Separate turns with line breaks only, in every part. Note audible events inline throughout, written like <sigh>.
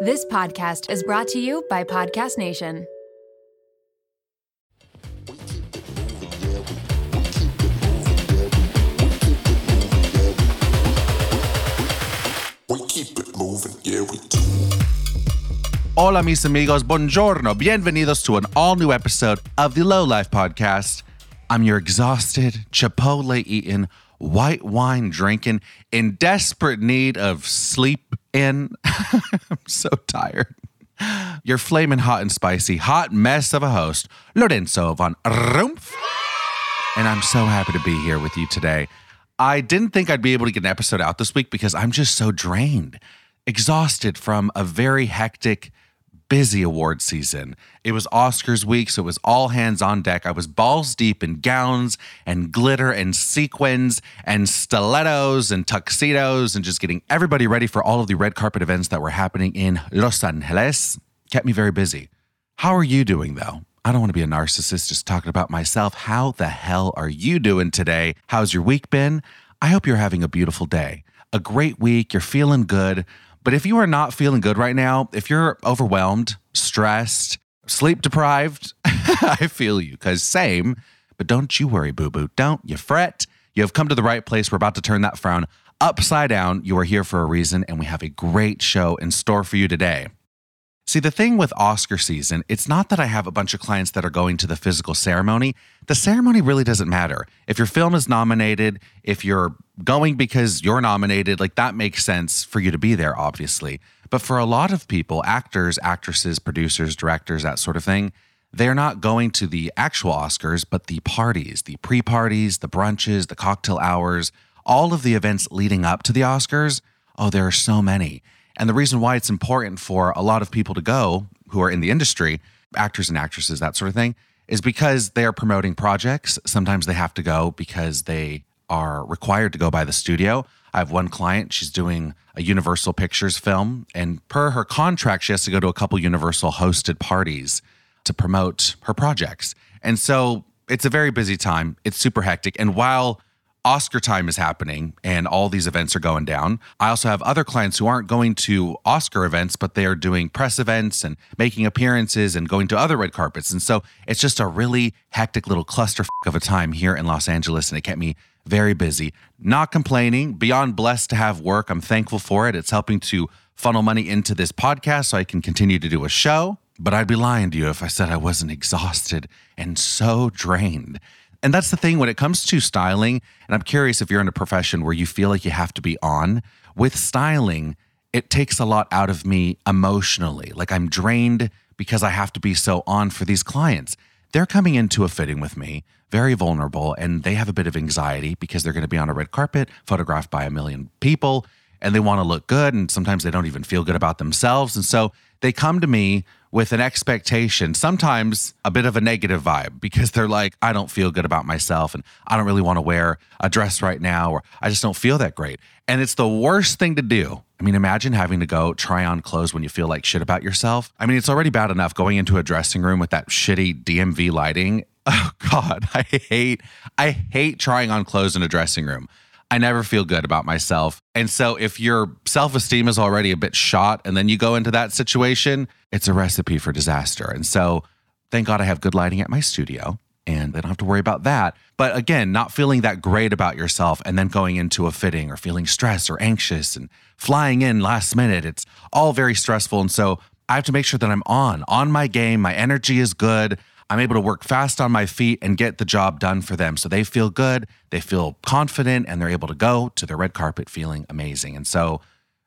This podcast is brought to you by Podcast Nation.
We keep it moving, yeah, we keep
Hola, mis amigos. Buongiorno. Bienvenidos to an all new episode of the Low Life Podcast. I'm your exhausted, Chipotle eating, white wine drinking, in desperate need of sleep in. <laughs> I'm so tired. Your flaming hot and spicy, hot mess of a host, Lorenzo von Rumpf. And I'm so happy to be here with you today. I didn't think I'd be able to get an episode out this week because I'm just so drained, exhausted from a very hectic, busy award season. It was Oscars week, so it was all hands on deck. I was balls deep in gowns and glitter and sequins and stilettos and tuxedos and just getting everybody ready for all of the red carpet events that were happening in Los Angeles. Kept me very busy. How are you doing though? I don't want to be a narcissist just talking about myself. How the hell are you doing today? How's your week been? I hope you're having a beautiful day, a great week. You're feeling good. But if you are not feeling good right now, if you're overwhelmed, stressed, sleep deprived, <laughs> I feel you because same. But don't you worry, boo boo. Don't you fret. You have come to the right place. We're about to turn that frown upside down. You are here for a reason, and we have a great show in store for you today. See, the thing with Oscar season, it's not that I have a bunch of clients that are going to the physical ceremony. The ceremony really doesn't matter. If your film is nominated, if you're going because you're nominated, like that makes sense for you to be there, obviously. But for a lot of people, actors, actresses, producers, directors, that sort of thing, they're not going to the actual Oscars, but the parties, the pre parties, the brunches, the cocktail hours, all of the events leading up to the Oscars. Oh, there are so many. And the reason why it's important for a lot of people to go who are in the industry, actors and actresses, that sort of thing, is because they are promoting projects. Sometimes they have to go because they are required to go by the studio. I have one client, she's doing a Universal Pictures film, and per her contract, she has to go to a couple Universal hosted parties to promote her projects. And so it's a very busy time. It's super hectic. And while Oscar time is happening and all these events are going down. I also have other clients who aren't going to Oscar events, but they are doing press events and making appearances and going to other red carpets. And so it's just a really hectic little cluster of a time here in Los Angeles. And it kept me very busy. Not complaining, beyond blessed to have work. I'm thankful for it. It's helping to funnel money into this podcast so I can continue to do a show. But I'd be lying to you if I said I wasn't exhausted and so drained. And that's the thing when it comes to styling, and I'm curious if you're in a profession where you feel like you have to be on with styling, it takes a lot out of me emotionally. Like I'm drained because I have to be so on for these clients. They're coming into a fitting with me, very vulnerable, and they have a bit of anxiety because they're going to be on a red carpet, photographed by a million people and they want to look good and sometimes they don't even feel good about themselves and so they come to me with an expectation sometimes a bit of a negative vibe because they're like i don't feel good about myself and i don't really want to wear a dress right now or i just don't feel that great and it's the worst thing to do i mean imagine having to go try on clothes when you feel like shit about yourself i mean it's already bad enough going into a dressing room with that shitty dmv lighting <laughs> oh god i hate i hate trying on clothes in a dressing room I never feel good about myself. And so if your self esteem is already a bit shot and then you go into that situation, it's a recipe for disaster. And so thank God I have good lighting at my studio and I don't have to worry about that. But again, not feeling that great about yourself and then going into a fitting or feeling stressed or anxious and flying in last minute, it's all very stressful. And so I have to make sure that I'm on, on my game. My energy is good. I'm able to work fast on my feet and get the job done for them. So they feel good, they feel confident, and they're able to go to the red carpet feeling amazing. And so,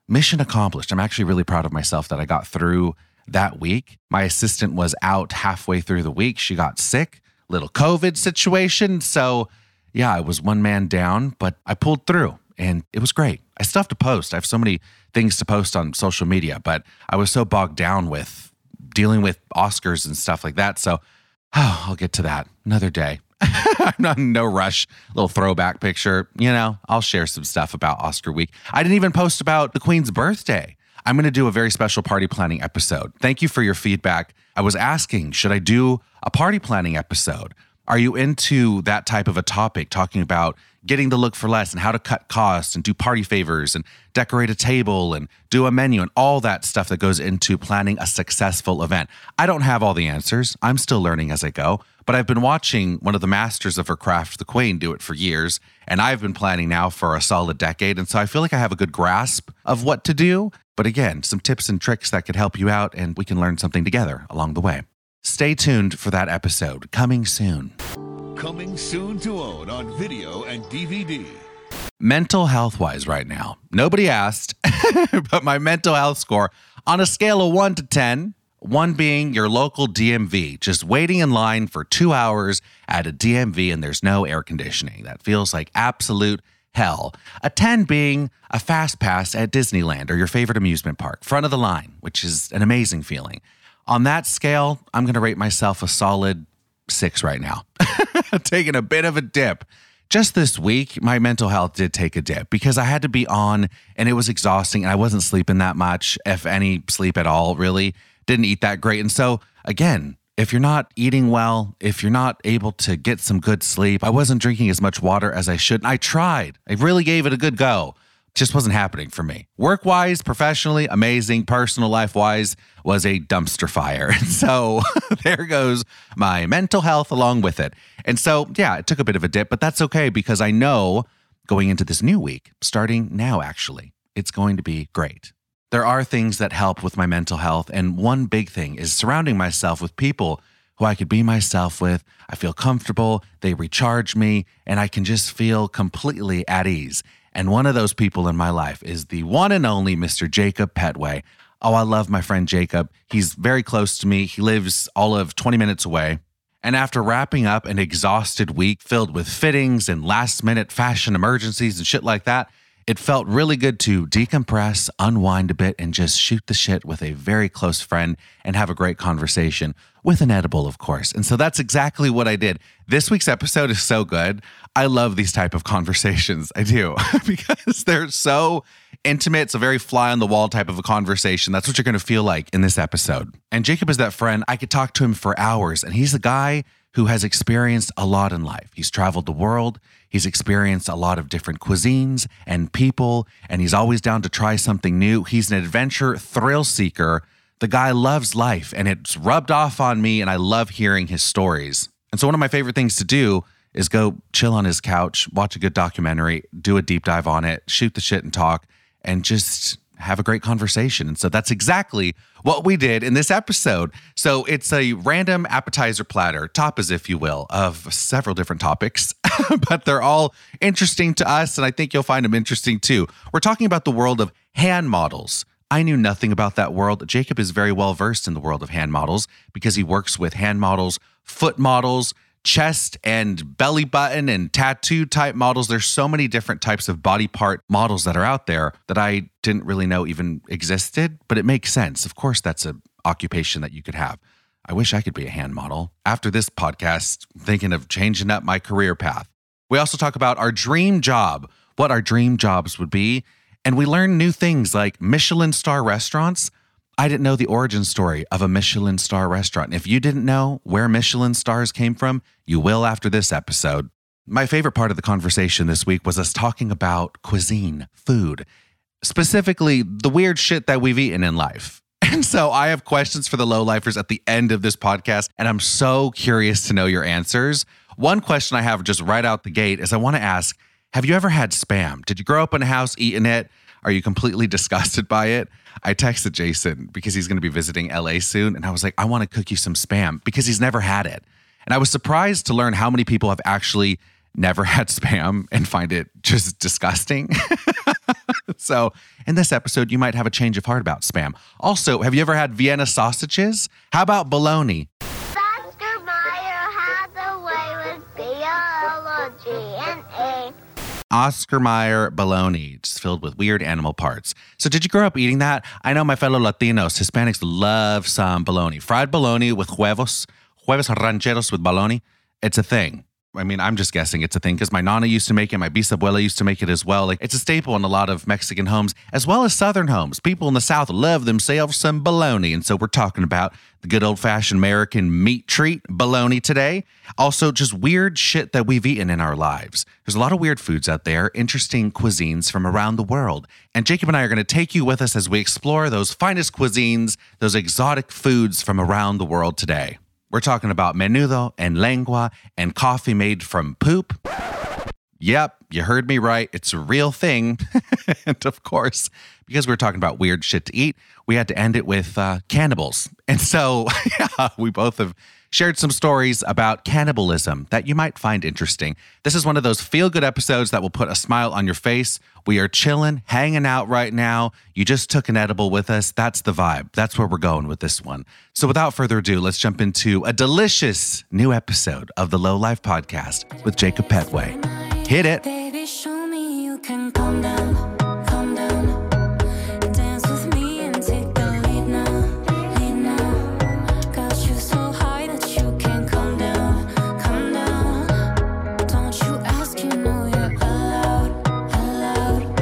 mission accomplished. I'm actually really proud of myself that I got through that week. My assistant was out halfway through the week. She got sick, little COVID situation. So, yeah, I was one man down, but I pulled through and it was great. I still have to post. I have so many things to post on social media, but I was so bogged down with dealing with Oscars and stuff like that. So <sighs> oh, I'll get to that another day. <laughs> I'm not in no rush. Little throwback picture. You know, I'll share some stuff about Oscar week. I didn't even post about the Queen's birthday. I'm going to do a very special party planning episode. Thank you for your feedback. I was asking, should I do a party planning episode? Are you into that type of a topic, talking about getting the look for less and how to cut costs and do party favors and decorate a table and do a menu and all that stuff that goes into planning a successful event? I don't have all the answers. I'm still learning as I go, but I've been watching one of the masters of her craft, the Queen, do it for years. And I've been planning now for a solid decade. And so I feel like I have a good grasp of what to do. But again, some tips and tricks that could help you out, and we can learn something together along the way. Stay tuned for that episode coming soon.
Coming soon to own on video and DVD.
Mental health wise, right now, nobody asked, <laughs> but my mental health score on a scale of one to 10, one being your local DMV, just waiting in line for two hours at a DMV and there's no air conditioning. That feels like absolute hell. A 10 being a fast pass at Disneyland or your favorite amusement park, front of the line, which is an amazing feeling. On that scale, I'm going to rate myself a solid six right now. <laughs> Taking a bit of a dip. Just this week, my mental health did take a dip because I had to be on and it was exhausting and I wasn't sleeping that much, if any sleep at all, really. Didn't eat that great. And so, again, if you're not eating well, if you're not able to get some good sleep, I wasn't drinking as much water as I should. And I tried, I really gave it a good go just wasn't happening for me. Work wise, professionally, amazing. Personal life wise, was a dumpster fire. <laughs> And so there goes my mental health along with it. And so, yeah, it took a bit of a dip, but that's okay because I know going into this new week, starting now, actually, it's going to be great. There are things that help with my mental health. And one big thing is surrounding myself with people who I could be myself with. I feel comfortable, they recharge me, and I can just feel completely at ease. And one of those people in my life is the one and only Mr. Jacob Petway. Oh, I love my friend Jacob. He's very close to me. He lives all of 20 minutes away. And after wrapping up an exhausted week filled with fittings and last minute fashion emergencies and shit like that, it felt really good to decompress, unwind a bit, and just shoot the shit with a very close friend and have a great conversation with an edible, of course. And so that's exactly what I did. This week's episode is so good. I love these type of conversations. <laughs> I do because they're so intimate. It's a very fly on the wall type of a conversation. That's what you're going to feel like in this episode. And Jacob is that friend. I could talk to him for hours, and he's a guy who has experienced a lot in life. He's traveled the world, he's experienced a lot of different cuisines and people, and he's always down to try something new. He's an adventure thrill seeker. The guy loves life, and it's rubbed off on me, and I love hearing his stories. And so, one of my favorite things to do is go chill on his couch, watch a good documentary, do a deep dive on it, shoot the shit and talk, and just have a great conversation. And so that's exactly what we did in this episode. So it's a random appetizer platter, tapas, if you will, of several different topics, <laughs> but they're all interesting to us. And I think you'll find them interesting too. We're talking about the world of hand models. I knew nothing about that world. Jacob is very well versed in the world of hand models because he works with hand models, foot models, chest and belly button and tattoo type models. There's so many different types of body part models that are out there that I didn't really know even existed, but it makes sense. Of course, that's an occupation that you could have. I wish I could be a hand model. After this podcast, I'm thinking of changing up my career path. We also talk about our dream job, what our dream jobs would be, and we learn new things like Michelin star restaurants. I didn't know the origin story of a Michelin star restaurant. If you didn't know where Michelin stars came from, you will after this episode. My favorite part of the conversation this week was us talking about cuisine, food, specifically the weird shit that we've eaten in life. <laughs> And so I have questions for the lowlifers at the end of this podcast, and I'm so curious to know your answers. One question I have just right out the gate is I want to ask Have you ever had spam? Did you grow up in a house eating it? Are you completely <laughs> disgusted by it? I texted Jason because he's going to be visiting LA soon, and I was like, I want to cook you some spam because he's never had it. And I was surprised to learn how many people have actually never <laughs> had spam and find it just disgusting. <laughs> so, in this episode, you might have a change of heart about spam. Also, have you ever had Vienna sausages? How about bologna?
Dr. Meyer has a way with biology and <laughs> A.
Oscar Mayer bologna, just filled with weird animal parts. So, did you grow up eating that? I know my fellow Latinos, Hispanics love some bologna. Fried bologna with huevos, huevos rancheros with bologna. It's a thing. I mean, I'm just guessing it's a thing because my nana used to make it, my bisabuela used to make it as well. Like, it's a staple in a lot of Mexican homes as well as Southern homes. People in the South love themselves some bologna, and so we're talking about the good old fashioned American meat treat, bologna today. Also, just weird shit that we've eaten in our lives. There's a lot of weird foods out there, interesting cuisines from around the world, and Jacob and I are going to take you with us as we explore those finest cuisines, those exotic foods from around the world today. We're talking about menudo and lengua and coffee made from poop. Yep, you heard me right. It's a real thing. <laughs> and of course, because we we're talking about weird shit to eat, we had to end it with uh, cannibals. <laughs> And so yeah, we both have shared some stories about cannibalism that you might find interesting. This is one of those feel good episodes that will put a smile on your face. We are chilling, hanging out right now. You just took an edible with us. That's the vibe. That's where we're going with this one. So without further ado, let's jump into a delicious new episode of the Low Life Podcast with Jacob Petway. Hit it.
Baby, show me you can calm down, calm down. Dance with me and take the lead now, lead now. Got you so high that you can't calm down, calm down. Don't you ask, you know you're allowed, allowed.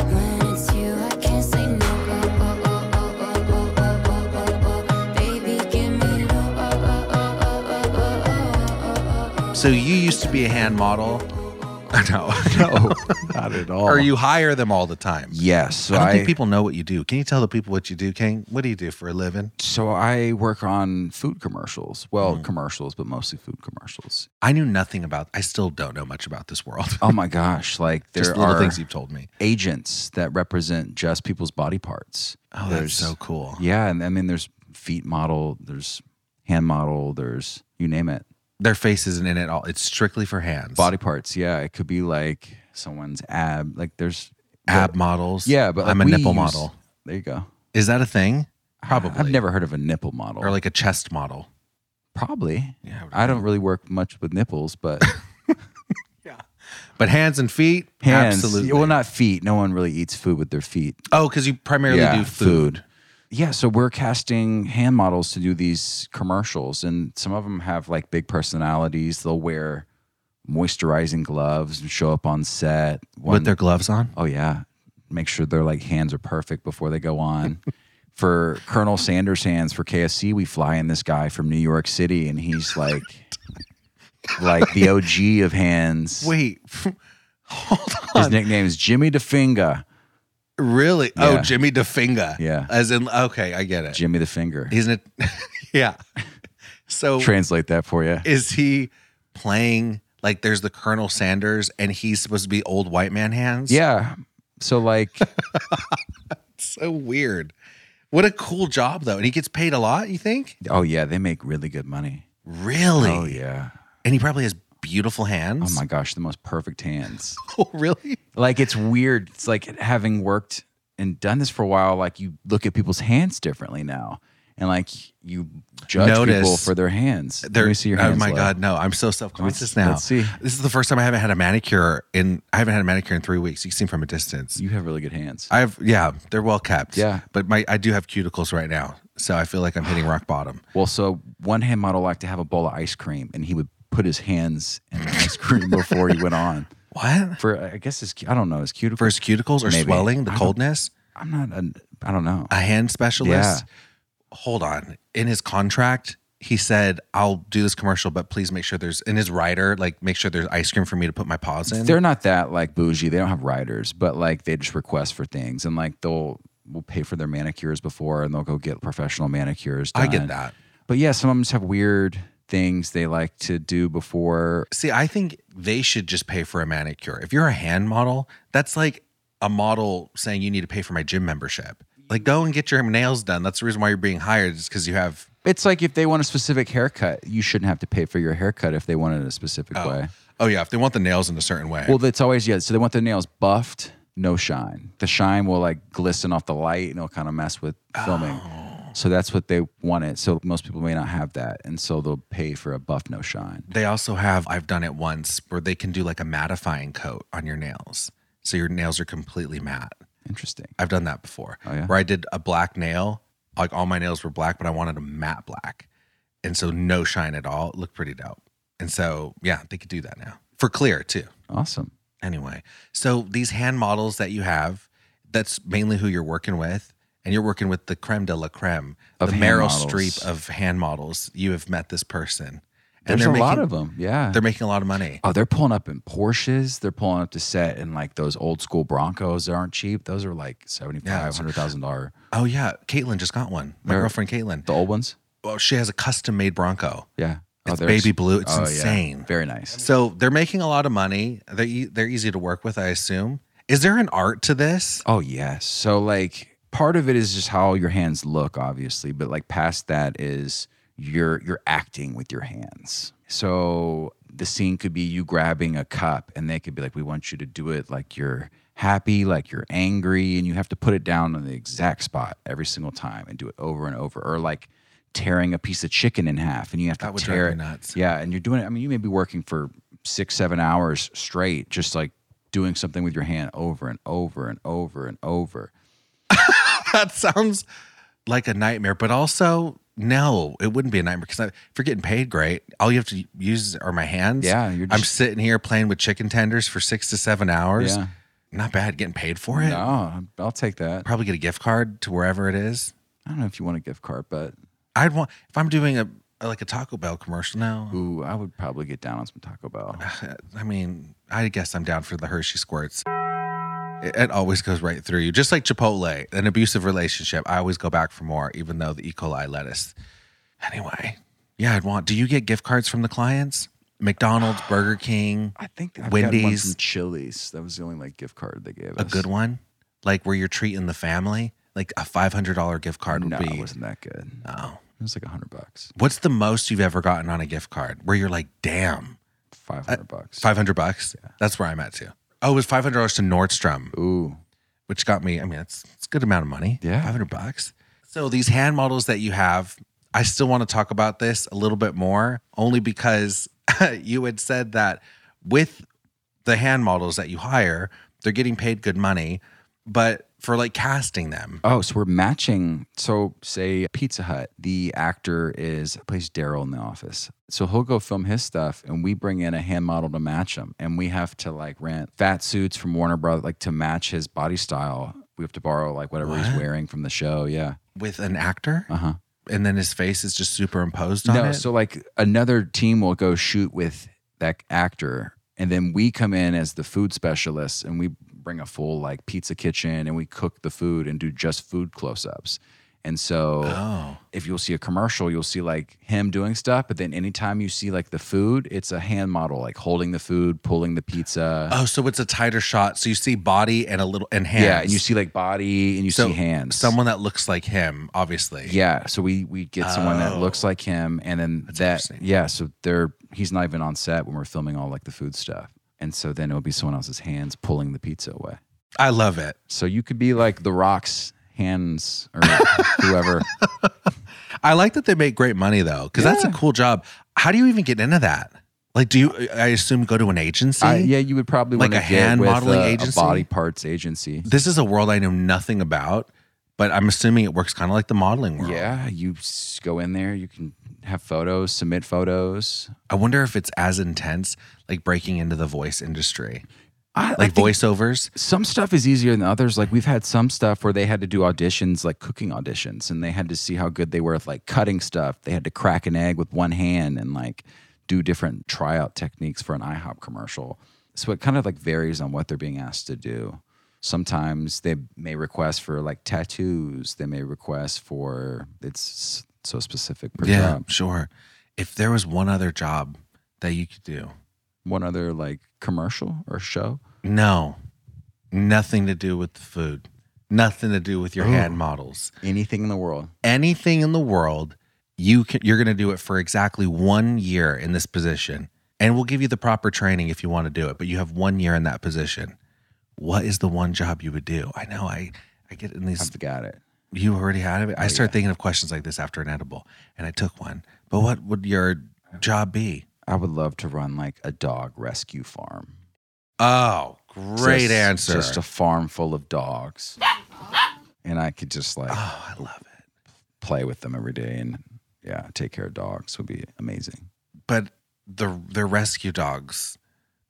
When it's you, I can't say no. Oh, oh, oh, oh, oh, oh, oh, oh, oh, oh. Baby, give me low. Oh, oh, oh, oh, oh, oh, oh, oh, oh.
So you used to be a hand
<laughs>
model. No, <laughs> no.
Oh, Not at all.
or you hire them all the time.
Yes.
I
So
don't
I,
think people know what you do. Can you tell the people what you do, King? What do you do for a living?
so I work on food commercials.
Mm-hmm.
Well, commercials, but mostly food commercials.
I knew nothing about. I still don't know much about this world.
Oh my gosh! Like
<laughs>
there
Just little
are
things you've told me.
agents that represent just people's body parts.
Oh, that's so cool.
Yeah, and I mean, there's feet model, there's hand model, there's you name it.
Their face isn't in it all. It's strictly for hands.
Body parts. Yeah, it could be like someone's ab. Like there's
ab models.
Yeah, but like,
I'm a
we
nipple
use-
model.
There you go.
Is that a thing? Probably.
I've never heard of a nipple model.
Or like a chest model.
probably.
Yeah, I would
I don't really work much with nipples, <laughs> but
But hands and feet.
hands.
Absolutely.
Well, not feet. No one really eats food with their feet.
oh, because you primarily do food.
Yeah, so we're casting hand models to do these commercials, and some of them have like big personalities. They'll wear moisturizing gloves and show up on set. One-
with their gloves on.
oh yeah, make sure their like hands are perfect before they go <laughs> on. for Colonel Sanders hands for KFC, we fly in this guy from New York City, and he's like, like the OG of hands.
Wait,
His nickname is Jimmy DeFinga.
really? Oh,
Yeah.
Jimmy DeFinga.
Yeah.
As in, okay, I get it.
Jimmy DeFinger.
He's an. <laughs> yeah.
<laughs>
So
Translate that for you.
is he playing like there's the Colonel Sanders and he's supposed to be old white man hands?
Yeah. So like. <laughs>
So weird. What a cool job though. And he gets paid a lot, you think?
Oh yeah, they make really good money.
Really?
Oh yeah.
And he probably has beautiful
Oh
hands.
my gosh, the most perfect hands.
<laughs> Oh, really?
like it's weird. It's like having worked and done this for a while, like you look at people's hands differently now. And like you judge
Notice
people for their hands. Let
They're-
me see your
oh
hands.
my
Lo.
god, no. I'm so self-conscious
Let's-
now.
let's see.
This is the first time I haven't had a manicure in I haven't had a manicure in 3 weeks. You can see from a distance.
You have really good hands.
I've yeah, they're well kept.
Yeah.
But my I do have cuticles right now. So I feel like I'm hitting rock
<gasps>
bottom.
well, so one hand model liked to have a bowl of ice cream and he would put his hands in the ice cream before he went on.
What?
For I guess his I don't know, his cuticle.
For his cuticles or
Maybe.
swelling, the
I don't-
coldness?
I'm not a, I don't know.
a hand specialist. Hold on. In his contract, he said, I'll do this commercial, but please make sure there's in his rider, like make sure there's ice cream for me to put my paws in.
They're not that like bougie. They don't have riders, but like they just request for things and like they'll will pay for their manicures before and they'll go get professional manicures. Done.
I get that.
But yeah, some of them just have weird things they like to do before.
See, I think they should just pay for a manicure. If you're a hand model, that's like a model saying you need to pay for my gym membership. Like go and get your nails done. That's the reason why you're being hired, is because you have
It's like if they want a specific haircut, you shouldn't have to pay for your haircut if they want it a specific way.
oh yeah, if they want the nails in a certain way.
Well, that's always yeah. So they want their nails buffed, no shine. The shine will like glisten off the light and it'll kind of mess with filming.
Oh.
So that's what they want it. So most people may not have that, and so they'll pay for a buff, no shine.
They also have, I've done it once, where they can do like a mattifying coat on your nails. So your nails are completely matte.
Interesting.
I've done that before.
Oh, yeah?
Where I did a black nail, like all my nails were black, but I wanted a matte black. And so no shine at all. It looked pretty dope. And so, yeah, they could do that now for clear too.
Awesome.
Anyway, so these hand models that you have, that's mainly who you're working with. And you're working with the creme de la creme,
Of
the
hand
Meryl
models.
Streep of hand models. You have met this person.
There's a
they're
lot
making-
of them. Yeah.
They're making a lot of money.
oh, they're pulling up in Porsches. They're pulling up to set in like those old school Broncos that aren't cheap. Those are like seventy
Yeah,
five, hundred thousand dollar.
Oh yeah, Caitlin just got one. My
Where-
girlfriend Caitlin.
The old ones.
Well, she has a custom made Bronco.
Yeah. Oh,
It's
they're
baby
s-
blue. It's
oh, yeah.
insane.
Very nice.
So they're making a lot of money. They're e- they're easy to work with, I assume. Is there an art to this?
Oh yeah. So like part of it is just how your hands look, obviously, but like past that is you're you're acting with your hands. So the scene could be you grabbing a cup and they could be like, We want you to do it like you're happy, like you're angry, and you have to put it down on the exact spot every single time and do it over and over. Or like tearing a piece of chicken in half and you have to
That would
tear
drive me
it.
nuts.
Yeah, and you're doing it. I mean, you may be working for six, seven hours straight, just like doing something with your hand over and over and over and over.
<laughs> that sounds like a nightmare, but also no, it wouldn't be a nightmare because if you're getting paid great, all you have to use are my hands.
Yeah, you're
I'm
just-
sitting here playing with chicken tenders for six to seven hours.
Yeah.
Not bad getting paid for it.
No, I'll take that.
Probably get a gift card to wherever it is.
I don't know if you want a gift card, but
I'd want if I'm doing a like a Taco Bell commercial now.
ooh, I would probably get down on some Taco Bell.
I mean, I guess I'm down for the Hershey squirts. It, it always goes right through you, just like Chipotle, an abusive relationship. I always go back for more, even though the E. coli lettuce. Anyway, yeah, I'd want. Do you get gift cards from the clients?
<sighs>
McDonald's, Burger King,
I think I've Wendy's. one
Wendy's.
from Chili's. That was the only like gift card they gave
a
us.
good one, like where you're treating the family. Like a five hundred dollar gift card would
No,
be.
it wasn't that good.
No.
It was like a hundred bucks,
What's the most you've ever gotten on a gift card where you're like, damn,
five hundred bucks.
five hundred bucks? That's where I'm at too. Oh, it was five hundred dollars to Nordstrom.
Ooh,
which got me. I mean, it's it's a good amount of money.
Yeah.
five hundred bucks. So these hand models that you have, I still want to talk about this a little bit more, only because <laughs> you had said that with the hand models that you hire, they're getting paid good money, but for like casting them,
Oh, so we're matching. So, say Pizza Hut, the actor is plays Daryl in the office. So he'll go film his stuff, and we bring in a hand model to match him, and we have to like rent fat suits from Warner Brothers, like to match his body style. We have to borrow like whatever he's wearing from the show. Yeah.
with an actor,
Uh huh.
and then his face is just superimposed on
No,
it.
so like another team will go shoot with that actor, and then we come in as the food specialists, and we bring a full like pizza kitchen, and we cook the food and do just food close ups. And so,
oh,
if you'll see a commercial, you'll see like him doing stuff, but then anytime you see like the food, it's a hand model like holding the food, pulling the pizza.
oh, so it's a tighter shot. So you see body and a little and hands.
Yeah, and you see like body and you
So
see hands.
someone that looks like him, obviously.
Yeah, so we we get someone that
Oh.
looks like him, and then that
interesting.
yeah, so they're he's not even on set when we're filming all like the food stuff, and so then it'll be someone else's hands pulling the pizza away.
I love it.
So you could be like the Rock's hands
<laughs>
or whoever.
I like that they make great money though, because that's a cool job. How do you even get into that? Like, do you? I assume go to an agency.
I, yeah, you would probably
Like
want
a
to get
hand
with
modeling
a, a
agency?
body parts agency.
This is a world I know nothing about, but I'm assuming it works kind of like the modeling world.
Yeah, you s- go in there. You can have photos, submit photos.
I wonder if it's as intense like breaking into the voice industry,
I,
like
voice.
voiceovers.
some stuff is easier than others. Like we've had some stuff where they had to do auditions, like cooking auditions, and they had to see how good they were at like cutting stuff. They had to crack an egg with one hand and like do different tryout techniques for an IHOP commercial. So it kind of like varies on what they're being asked to do. Sometimes they may request for like tattoos. They may request for it's so specific per
Yeah,
job.
sure. If there was one other job that you could do,
One other like commercial or show.
no, nothing to do with the food, nothing to do with your hand models.
Anything in the world.
anything in the world, you can you're going to do it for exactly 1 year in this position. And we'll give you the proper training if you want to do it, but you have 1 year in that position. What is the one job you would do? I know I I get in these
I've got it.
you already had it. I start thinking of questions like this after an edible and I took one. But what would your job be?
I would love to run like a dog rescue farm.
Oh, great
Just-
answer.
Just a farm full of dogs. and I could just like
oh, I love it.
play with them every day and yeah, take care of dogs would be amazing.
But the they're rescue dogs.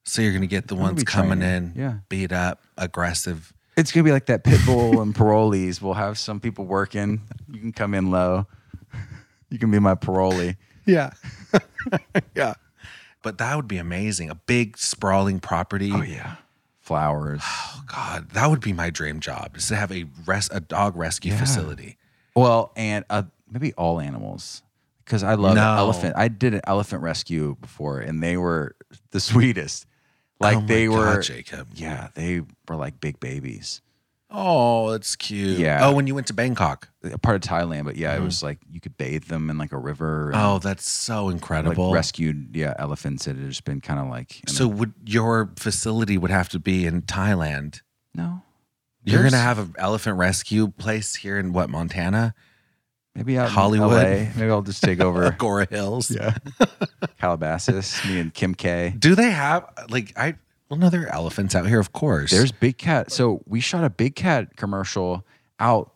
So you're gonna get the
gonna
ones
be
coming in,
trained, yeah.
beat up, aggressive.
It's gonna be like that pit bull and parolees. We'll have some people working. You can come in low. <laughs> You can be my parolee.
Yeah. yeah. But that would be amazing. A big sprawling property.
Oh yeah, flowers.
Oh, God, that would be my dream job is to have a res- a dog rescue
Yeah.
facility.
Well, and uh, maybe all animals because I love
No.
elephant. I did an elephant rescue before, and they were the sweetest. Like
Oh my
they
God,
were,
Jacob.
yeah, they were like big babies.
Oh, that's cute.
Yeah.
Oh, when you went to Bangkok.
A part of Thailand, but yeah, it was like you could bathe them in like a river. and,
Mm-hmm. Oh, that's so
like
incredible.
rescued, yeah, elephants that had just been kind of like in a-
so would your facility would have to be in Thailand?
no,
You're gonna
There's-
have an elephant rescue place here in what Montana,
maybe out in
Hollywood.
LA. Maybe I'll just take
<laughs>
over
Agora Hills. <laughs>
Yeah. Calabasas. Me and Kim K.
Do they have like I? Well, no, there are elephants out here, of course.
There's Big Cat. So we shot a Big Cat commercial out.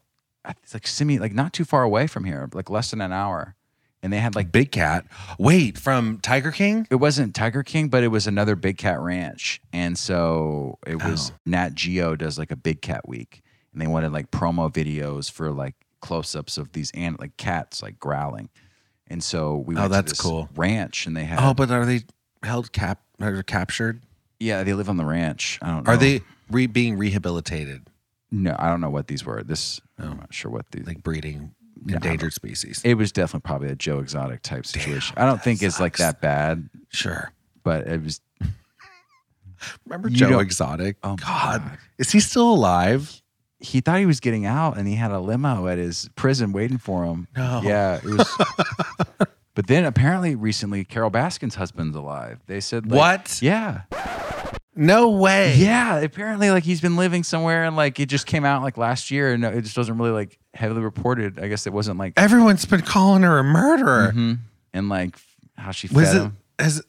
It's like semi, like not too far away from here, like less than an hour. And they had like
Big Cat. Wait, from Tiger King?
it wasn't Tiger King, but it was another Big Cat Ranch. And so it
Oh.
was Nat Geo does like a Big Cat Week, and they wanted like promo videos for like close-ups of these and like cats like growling. And so we went
Oh, that's
to this
cool.
ranch, and they had
Oh, but are they held cap or captured?
yeah, they live on the ranch. I don't know.
Are they re- being rehabilitated,
No, I don't know what these were. This
Oh.
I'm not sure what these.
like breeding endangered species?
it was definitely probably a Joe Exotic type situation. I don't think it's like that bad,
sure.
but it was.
Remember
You
Joe
don't-
Exotic?
Oh my
God.
God.
is he still alive?
He thought he was getting out, and he had a limo at his prison waiting for him.
No.
Yeah, it was.
<laughs>
but then apparently recently, Carol Baskin's husband's alive. They said like,
What?
Yeah,
No way.
yeah. Apparently, like he's been living somewhere, and like it just came out like last year, and it just wasn't really like heavily reported. I guess it wasn't like
Everyone's been calling her a murderer.
mhm. and like how she fed
Was it?
him
<laughs> Has,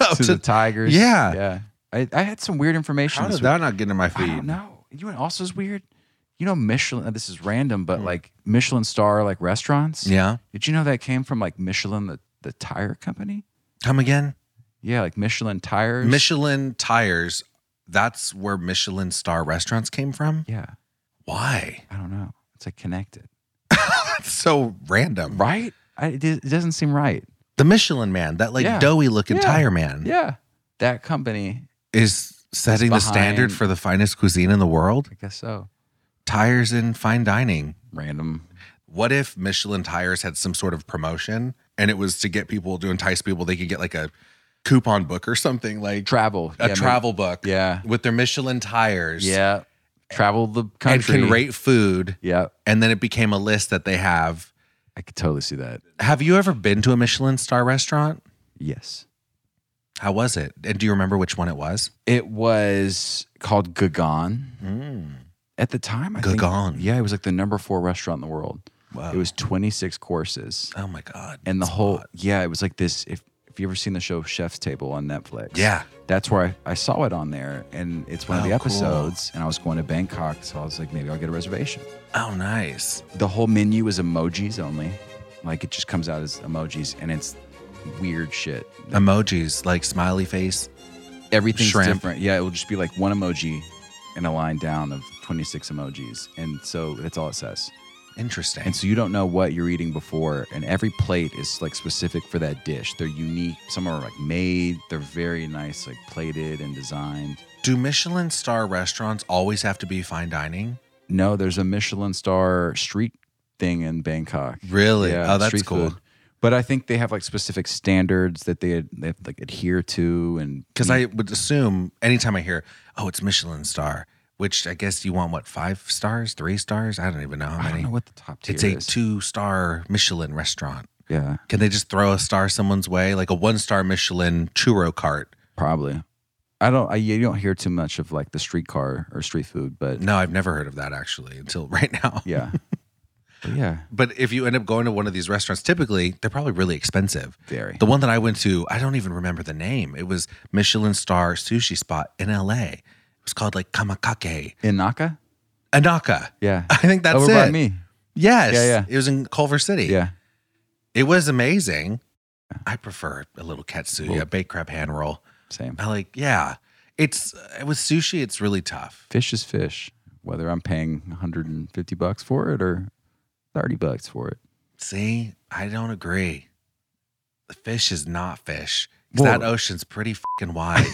up
to the tigers.
Yeah.
yeah. I, I had some weird information.
How
this
did
week.
that not get into my
I
feed?
don't know. You know what also is weird? You know Michelin. uh, This is random, but like Michelin star like restaurants.
Hmm. Yeah.
Did you know that came from like Michelin the the tire company?
Come again?
Yeah, like Michelin tires.
Michelin tires. That's where Michelin star restaurants came from.
Yeah,
Why? <laughs>
I don't know. It's like connected,
That's so random.
right? I, it, does- it doesn't seem right.
The Michelin man, that like
Yeah.
doughy looking
Yeah.
tire man,
Yeah, that company.
is setting the
Behind-
standard for the finest cuisine in the world.
I guess so.
Tires in fine dining.
Random.
What if Michelin tires had some sort of promotion and it was to get people to entice people they could get like a coupon book or something like
Travel.
a
Yeah,
travel book
yeah.
with their Michelin tires
maybe- Yeah. Travel the
and
country.
can rate food
Yeah,
and then it became a list that they have.
I could totally see that.
Have you ever been to a Michelin star restaurant?
Yes.
How was it? And do you remember which one it was?
It was called Gagan.
Mm.
At the time, I
Gagan.
Think, yeah, it was like the number four restaurant in the world.
Wow.
It was 26 courses,
Oh my god.
and the
That's a
whole
lot.
yeah, it was like this. If if you ever seen the show Chef's Table on Netflix,
Yeah.
that's where I, I saw it on there, and it's one of
Oh,
the
cool.
episodes. And I was going to Bangkok, so I was like, maybe I'll get a reservation.
Oh nice.
The whole menu is emojis only, like it just comes out as emojis, and it's weird shit.
Emojis like smiley face.
Everything's
Shrimp.
different. Yeah, it will just be like one emoji and a line down of 26 emojis, and so that's all it says.
Interesting.
And so you don't know what you're eating before, and every plate is like specific for that dish. They're unique. Some are like made. They're very nice, like plated and designed.
do Michelin star restaurants always have to be fine dining?
No, there's a Michelin star street thing in Bangkok.
Really?
Yeah,
oh, that's
street
cool.
food. But I think they have like specific standards that they they have to, like adhere to, and
Because I would assume anytime I hear, oh, it's Michelin star, which I guess you want what five stars, three stars? I don't even know how
I don't
many.
know what the top tier
it's a
is.
two star Michelin restaurant.
yeah,
Can they just throw a star someone's way, like a one star Michelin churro cart?
probably. I don't. I, you don't hear too much of like the streetcar or street food, but
No, I've never heard of that actually until <laughs> right now.
yeah, But yeah,
But if you end up going to one of these restaurants, typically they're probably really expensive.
very.
The one that I went to, I don't even remember the name. It was Michelin star sushi spot in LA. It was called like Kamakake
in Naka,
Anaka. <laughs>
yeah.
I think that's
Over
it.
by Oh, me.
Yes.
Yeah, yeah.
It was in Culver City.
Yeah.
It was amazing. I prefer a little katsuya, baked crab hand roll.
Same.
I like, yeah. It's uh, with sushi, it's really tough.
Fish is fish, whether I'm paying 150 bucks for it or 30 bucks for it.
See, I don't agree. The fish is not fish. 'Cause
Well-
That ocean's pretty fucking wide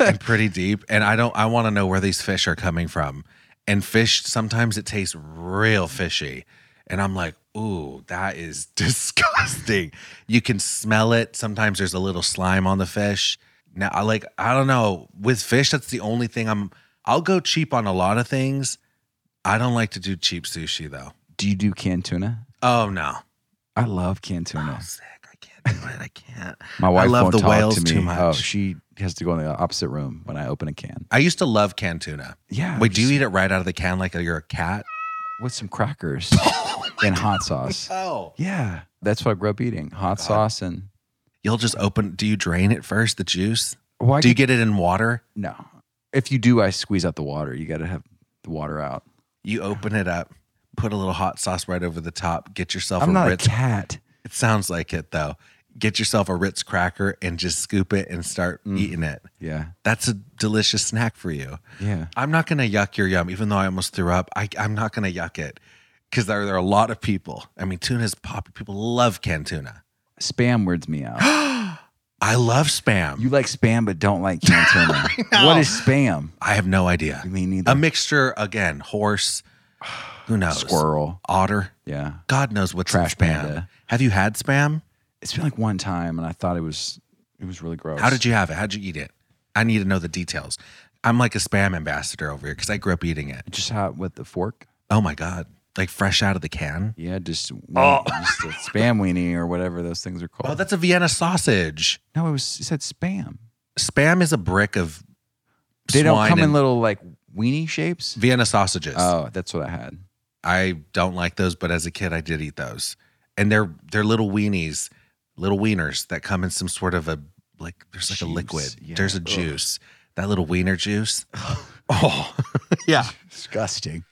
and pretty deep, and I don't. I want to know where these fish are coming from. And fish sometimes it tastes real fishy, and I'm like, ooh, that is <laughs> disgusting. you can smell it. Sometimes there's a little slime on the fish. Now, I like, I don't know. With fish, that's the only thing I'm. I'll go cheap on a lot of things. I don't like to do cheap sushi though.
Do you do canned tuna?
Oh no.
I love canned tuna.
Oh, sick. I can't do it. I can't.
<laughs> My wife
Ah, I love
won't
the
talk
whales
to me.
too much.
Oh, she has to go in the opposite room when I open a can.
I used to love canned tuna.
Yeah,
Wait, do you
Oh, just-
eat it right out of the can like you're a cat?
with some
<laughs>
crackers and hot sauce.
Oh.
Yeah, that's what I grew up eating: hot sauce and.
You'll just open. Do you drain it first, the juice?
Why
do you get it in water?
no? If you do, I squeeze out the water. You got to have the water out.
You open it up, put a little hot sauce right over the top, get yourself
I'm
a
not a
Ritz.
cat.
It sounds like it though. Get yourself a Ritz cracker and just scoop it and start
Mm.
eating it.
Yeah,
That's a delicious snack for you.
yeah.
I'm not gonna yuck your yum, even though I almost threw up. I, I'm not gonna yuck it because there, there are a lot of people. I mean, tuna's popular. People love canned tuna.
Spam weirds me out. <gasps>
I love spam.
You like spam, but don't like canned
<laughs>
tuna. What is spam?
I have no idea.
Me neither.
A mixture again, horse.
<sighs>
Who knows?
Squirrel.
otter.
Yeah,
God knows what's
Trash
in spam.
panda.
Have you had spam?
it's been like one time, and I thought it was it was really gross.
How did you have it? How'd you eat it? I need to know the details. I'm like a spam ambassador over here because I grew up eating it.
Just how with the fork?
Oh my god! Like fresh out of the can.
Yeah, just, just a spam weenie or whatever those things are called.
Oh, that's a Vienna sausage.
no, it was it said spam.
Spam is a brick of.
They don't
swine
come in
and-
little like weenie shapes.
Vienna sausages.
Oh, that's what I had.
I don't like those, but as a kid, I did eat those, and they're they're little weenies, little wieners that come in some sort of a like there's like a
Juice,
liquid.
yeah.
There's a
Ugh.
juice. That little wiener juice. <sighs> oh, yeah.
Disgusting.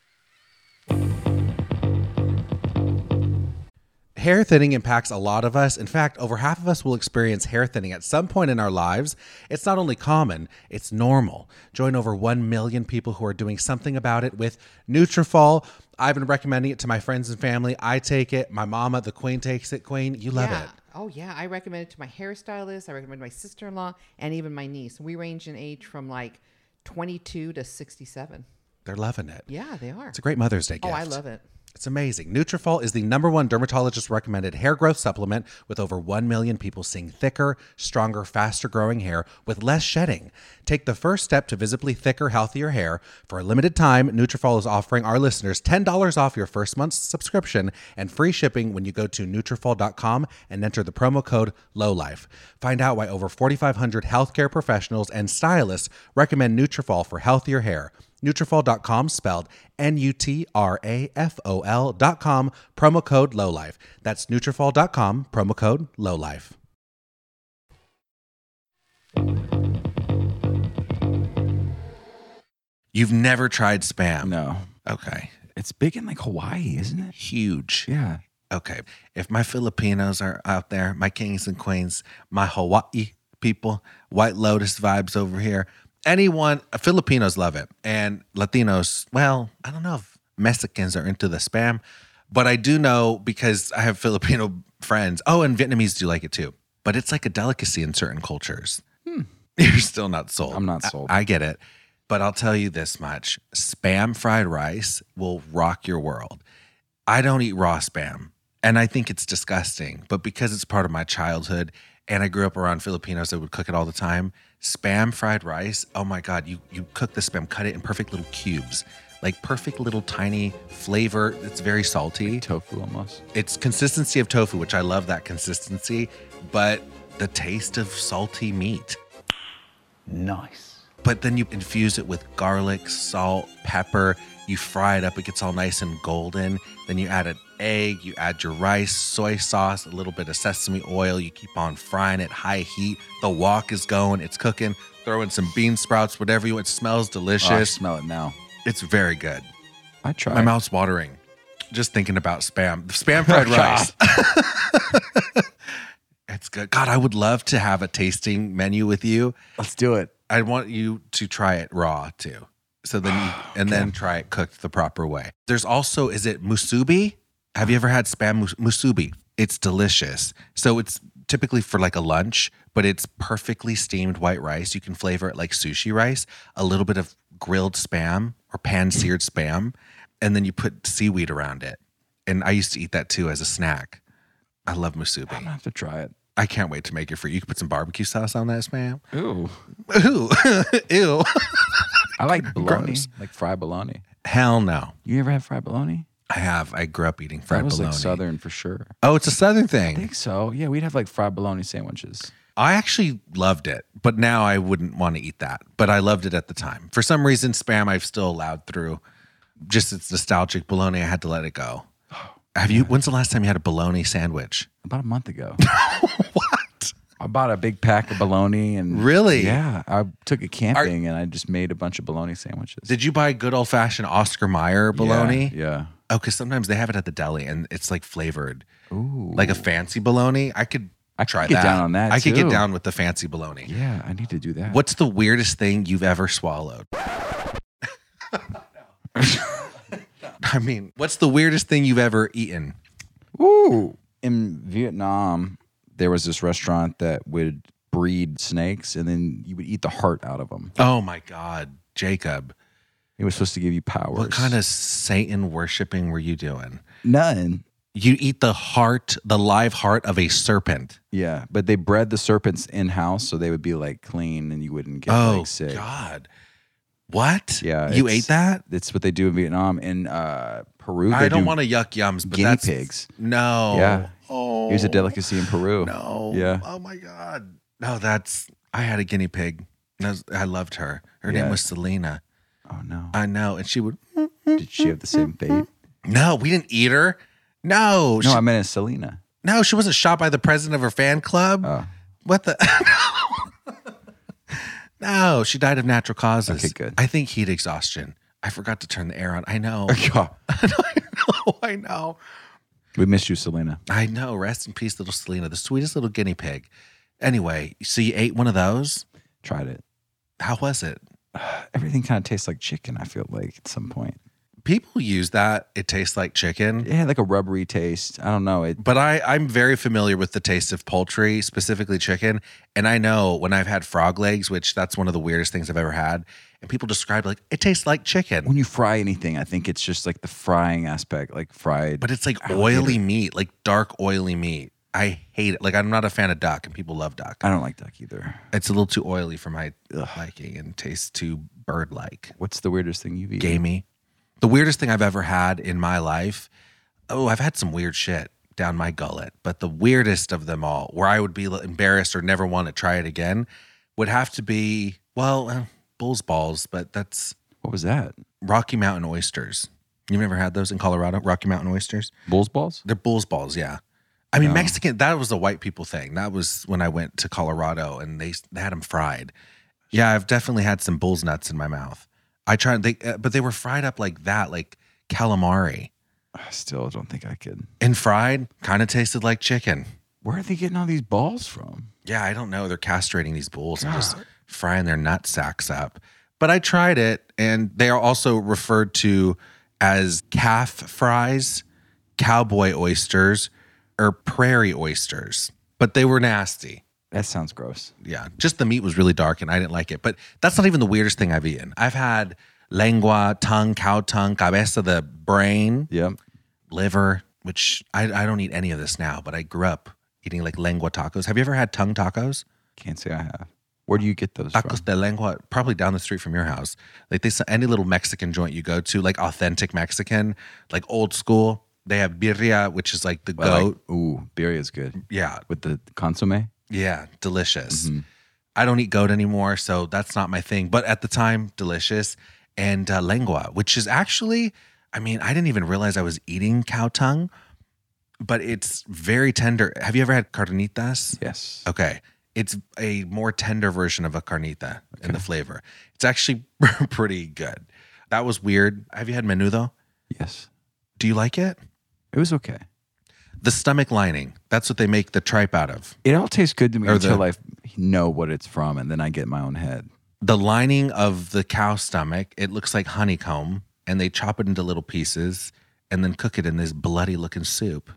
Hair thinning impacts a lot of us. In fact, over half of us will experience hair thinning at some point in our lives. It's not only common, it's normal. Join over 1 million people who are doing something about it with Nutrafol. I've been recommending it to my friends and family. I take it. My mama, the queen, takes it. Queen, you love
yeah.
it.
Oh yeah, I recommend it to my hairstylist. I recommend it to my sister-in-law and even my niece. We range in age from like 22 to 67.
They're loving it.
Yeah, they are.
It's a great Mother's Day gift.
oh, I love it.
It's amazing. Nutrafol is the number one dermatologist recommended hair growth supplement with over 1 million people seeing thicker, stronger, faster growing hair with less shedding. Take the first step to visibly thicker, healthier hair. For a limited time, Nutrafol is offering our listeners $10 off your first month's subscription and free shipping when you go to Nutrafol.com and enter the promo code LOWLIFE. Find out why over 4,500 healthcare professionals and stylists recommend Nutrafol for healthier hair. Nutrafol.com spelled N-U-T-R-A-F-O-L dot com, promo code LOWLIFE. That's Nutrafol.com, promo code LOWLIFE. You've never tried spam?
No,
Okay.
it's big in like Hawaii, isn't it?
Huge.
Yeah.
Okay. If my Filipinos are out there, my kings and queens, my Hawaii people, White Lotus vibes over here, anyone, Filipinos love it. And Latinos, well, I don't know if Mexicans are into the spam, but I do know because I have Filipino friends. Oh, and Vietnamese do like it too, but it's like a delicacy in certain cultures. <laughs> You're still not sold.
Hmm. I'm not
I-
sold.
I get it. But I'll tell you this much spam fried rice will rock your world. I don't eat raw spam and I think it's disgusting, but because it's part of my childhood and I grew up around Filipinos that would cook it all the time, spam fried rice, oh my god, you you cook the spam, cut it in perfect little cubes. Like perfect little tiny flavor. It's very salty.
Tofu almost.
It's consistency of tofu, which I love that consistency, but the taste of salty meat.
Nice.
But then you infuse it with garlic, salt, pepper. You fry it up, it gets all nice and golden. Then you add an egg, you add your rice, soy sauce, a little bit of sesame oil. You keep on frying it, high heat. The wok is going, it's cooking. Throw in some bean sprouts, whatever you want. It smells
Oh, I
delicious.
smell it now.
it's very good.
I tried.
My mouth's watering just thinking about spam. Spam fried rice. <laughs> I it's good. God, I would love to have a tasting menu with you.
Let's do it.
I want you to try it raw too. So then, you, and then try it cooked the proper way. There's also, is it musubi? Have you ever had spam mus- musubi? It's delicious. So it's typically for like a lunch, but it's perfectly steamed white rice. You can flavor it like sushi rice, a little bit of grilled spam or pan seared spam, and then you put seaweed around it. And I used to eat that too as a snack. I love
I'm gonna
musubi.
have to try it.
I can't wait to make it for you. You can put some barbecue sauce on that spam.
Ooh.
Ooh, <laughs> ew.
I like bologna,
Gross.
like fried bologna.
Hell no.
You ever had fried bologna?
I have. I grew up eating
That
fried
was
bologna.
like southern for sure.
Oh, it's a southern
I
thing.
think so. Yeah, we'd have like fried bologna sandwiches.
I actually loved it, but now I wouldn't want to eat that. But I loved it at the time. For some reason, spam I've still allowed through. Just it's nostalgic bologna. I had to let it
<sighs>
go. Have you? When's the last time you had a bologna sandwich?
About a month ago,
What?
I bought a big pack of bologna and
Really?
yeah, I took it camping and I just made a bunch of bologna sandwiches.
Did you buy good old fashioned Oscar Mayer bologna?
Yeah. yeah.
Oh, because sometimes they have it at the deli and it's like flavored, Ooh. like a fancy bologna. I could
I could
try
get
that.
down on that,
I could get
too.
down with the fancy bologna.
Yeah, I need to do that.
What's the weirdest thing you've ever swallowed? <laughs> I mean, what's the weirdest thing you've ever eaten?
Ooh. In Vietnam, there was this restaurant that would breed snakes and then you would eat the heart out of them.
Oh my God, Jacob.
It was supposed to give you powers.
What kind of Satan worshiping were you doing?
none?
You eat the heart, the live heart of a serpent.
Yeah, but they bred the serpents in house, so they would be like clean, and you wouldn't get
oh,
like sick.
God. What?
Yeah,
You
it's-
ate that?
That's what they do in Vietnam and uh, Peru.
I
they
don't
do-
want to yuck yums, but
guinea
that's
pigs.
No.
Yeah.
Oh.
It was a delicacy in Peru.
No.
Yeah.
Oh my God. No, that's. I had a guinea pig. And I was- I loved her. Her
Yeah.
name was Selena.
Oh no!
I know, and she would.
Did she have the same fate?
No, we didn't eat her. No, Oh, she,
No, I meant it's Selena.
no, she wasn't shot by the president of her fan club.
Oh,
what the? <laughs> no, she died of natural causes.
Okay, good.
I think heat exhaustion. I forgot to turn the air on. I know.
God.
<laughs> I know. I know.
we missed you, Selena.
I know. Rest in peace, little Selena, the sweetest little guinea pig. Anyway, so you ate one of those.
Tried it.
How was it?
Everything kind of tastes like chicken. I feel like at some point
People use that. It tastes like chicken.
it had like a rubbery taste. I don't know. It
But I, I'm very familiar with the taste of poultry, specifically chicken. And I know when I've had frog legs, which that's one of the weirdest things I've ever had, and people describe like it tastes like chicken,
when you fry anything, I think it's just like the frying aspect, like fried.
but it's like
alligator.
oily meat, like dark oily meat. I hate it. Like I'm not a fan of duck, and people love duck.
I don't like duck either.
It's a little too oily for my liking and tastes too bird-like,
What's the weirdest thing you've eaten?
gamey. The weirdest thing I've ever had in my life. Oh, I've had some weird shit down my gullet, but the weirdest of them all, where I would be embarrassed or never want to try it again, would have to be well, eh, bull's balls, but that's
What was that?
Rocky Mountain oysters. You've never had those in Colorado? Rocky Mountain oysters?
Bull's balls?
They're bull's balls, yeah. I mean, Mexican. That was a white people thing. That was when I went to Colorado, and they, they had them fried. Yeah, I've definitely had some bull's nuts in my mouth. I tried, they, uh, but they were fried up like that, like calamari,
I still don't think I could.
and fried. Kind of tasted like chicken.
Where are they getting all these balls from?
Yeah, I don't know. They're castrating these bulls and just frying their nut sacks up. But I tried it, and they are also referred to as calf fries, cowboy oysters, or prairie oysters. But they were nasty.
That sounds gross.
Yeah, just the meat was really dark, and I didn't like it. But that's not even the weirdest thing I've eaten. I've had lengua, tongue, cow tongue, cabeza, the brain,
Yep.
liver, which I, I don't eat any of this now, but I grew up eating like lengua tacos. Have you ever had tongue tacos?
Can't say I have. Where do you get those
Tacos
from?
de lengua, probably down the street from your house. Like they sell any little Mexican joint you go to, like authentic Mexican, like old school. They have birria, which is like the
Well, I
goat.
like- ooh, birria is good.
yeah,
With the consomme?
yeah, delicious.
Mhm.
I don't eat goat anymore, so that's not my thing. But at the time, delicious. And uh, lengua, which is actually, I mean, I didn't even realize I was eating cow tongue, but it's very tender. Have you ever had carnitas?
Yes.
Okay. It's a more tender version of a carnita in the flavor. It's actually <laughs> pretty good. That was weird. Have you had menudo?
Yes.
Do you like it?
It was okay.
the stomach lining. That's what they make the tripe out of.
It all tastes good to me
Or
until
the-
I know what it's from, and then I get in my own head.
The lining of the cow stomach, it looks like honeycomb, and they chop it into little pieces and then cook it in this bloody looking soup.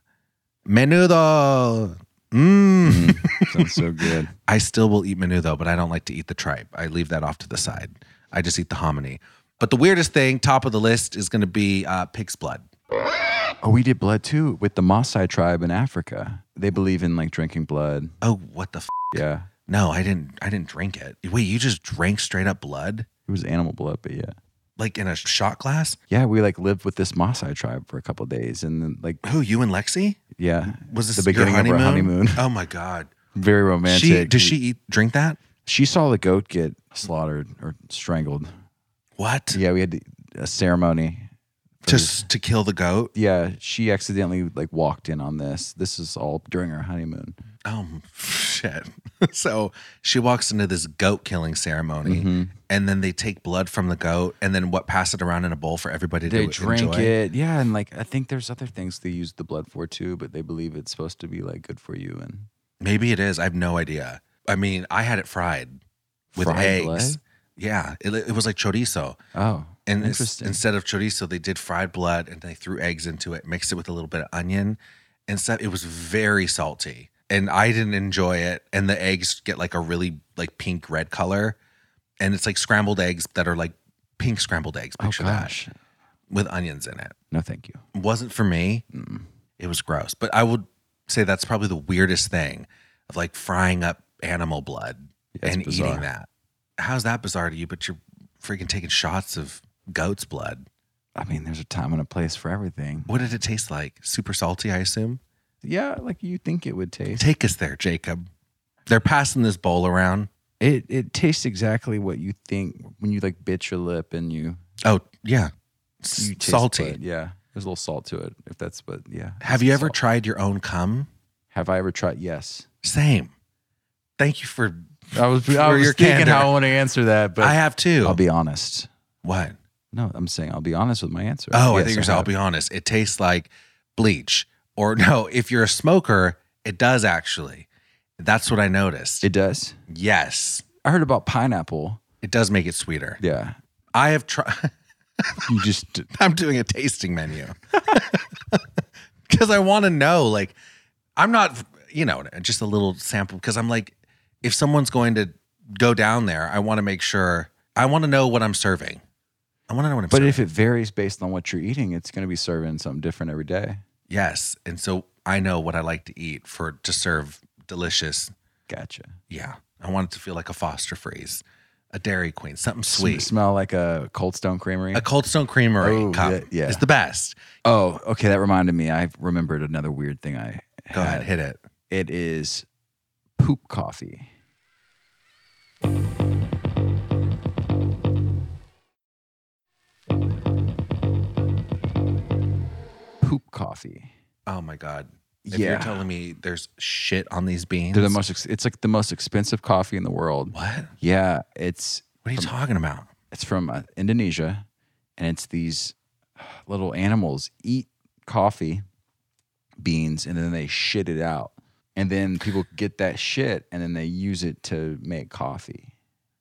Menudo. Mmm. <laughs>
Sounds so good.
I still will eat menudo, but I don't like to eat the tripe. I leave that off to the side. I just eat the hominy. But the weirdest thing, top of the list, is going to be uh, pig's blood.
Oh, we did blood too with the Maasai tribe in Africa. They believe in like drinking blood.
Oh, what the? F-?
Yeah,
No, I didn't. I didn't drink it. Wait, you just drank straight up blood,
it was animal blood, but yeah,
like in a shot glass?
yeah. We like lived with this Maasai tribe for a couple of days, and then like
Who? You and Lexi?
yeah,
Was this
the beginning
your honeymoon?
of our honeymoon?
Oh my god.
<laughs> Very romantic.
She does she eat drink that?
She saw the goat get slaughtered or strangled.
What?
Yeah, we had a ceremony. for
To
this.
s- to kill the goat?
yeah, she accidentally like walked in on this. This is all during our honeymoon.
Oh <laughs> shit. so she walks into this goat killing ceremony.
Mm-hmm.
And then they take blood from the goat, and then what? Pass it around in a bowl for everybody
They
to
drink
enjoy.
it. Yeah, and like I think there's other things they use the blood for too, but they believe it's supposed to be like good for you and
Maybe it is. I have no idea. I mean, I had it fried with
Fried
eggs.
blood?
Yeah, it, it was like chorizo.
Oh,
And it's-
interesting.
instead of chorizo, they did fried blood and they threw eggs into it, mixed it with a little bit of onion and stuff. It was very salty. And I didn't enjoy it. And the eggs get like a really like pink red color. And it's like scrambled eggs that are like pink scrambled eggs.
oh
Picture
gosh,
that with onions in it.
no, thank you.
wasn't for me.
Mm.
It was gross. But I would say that's probably the weirdest thing of like frying up animal blood
it's
and
bizarre.
eating that. How's that bizarre to you? But you're freaking taking shots of goat's blood.
I mean, there's a time and a place for everything.
What did it taste like? Super salty, I assume.
Yeah, like you think it would taste.
Take us there, Jacob. They're passing this bowl around.
It it tastes exactly what you think when you like bit your lip and you,
Oh, yeah. S-
you taste
salty.
blood. Yeah, there's a little salt to it. If that's what, yeah.
Have
it's
you ever
salt.
tried your own cum?
Have I ever tried? Yes.
Same. Thank you for.
I <laughs> was
For
I was
your
thinking
candor.
how I want to answer that, but
I have too.
I'll be honest.
what?
No, I'm saying I'll be honest with my answer.
Oh, I
Yes,
think you're saying, I'll
have.
be honest. It tastes like bleach. Or <laughs> no, if you're a smoker, it does actually. That's what I noticed.
It does.
yes,
I heard about pineapple.
it does make it sweeter.
Yeah,
I have <laughs> tried.
you just
<laughs> I'm doing a tasting menu <laughs> because I want to know. Like, I'm not, you know, just a little sample because I'm like, if someone's going to go down there, I want to make sure. I want to know what I'm serving. I want to know what I'm
But
serving.
if it varies based on what you're eating, it's going to be serving something different every day.
yes, and so I know what I like to eat for to serve delicious
Gotcha.
Yeah. I want it to feel like a Foster Freeze, a Dairy Queen, something
Sm-
sweet.
smell like a Cold Stone Creamery.
A Cold Stone Creamery
Oh,
cup
yeah, yeah.
is the best.
oh, okay. That reminded me. I remembered another weird thing I
Go
had.
ahead, hit it.
It is poop coffee. Poop coffee.
Oh my God. If
Yeah.
you're telling me there's shit on these beans.
They're the most. Ex- it's like the most expensive coffee in the world.
What?
Yeah, it's
What are you talking about?
it's from uh, Indonesia, and it's these little animals eat coffee beans and then they shit it out, and then people get that shit and then they use it to make coffee.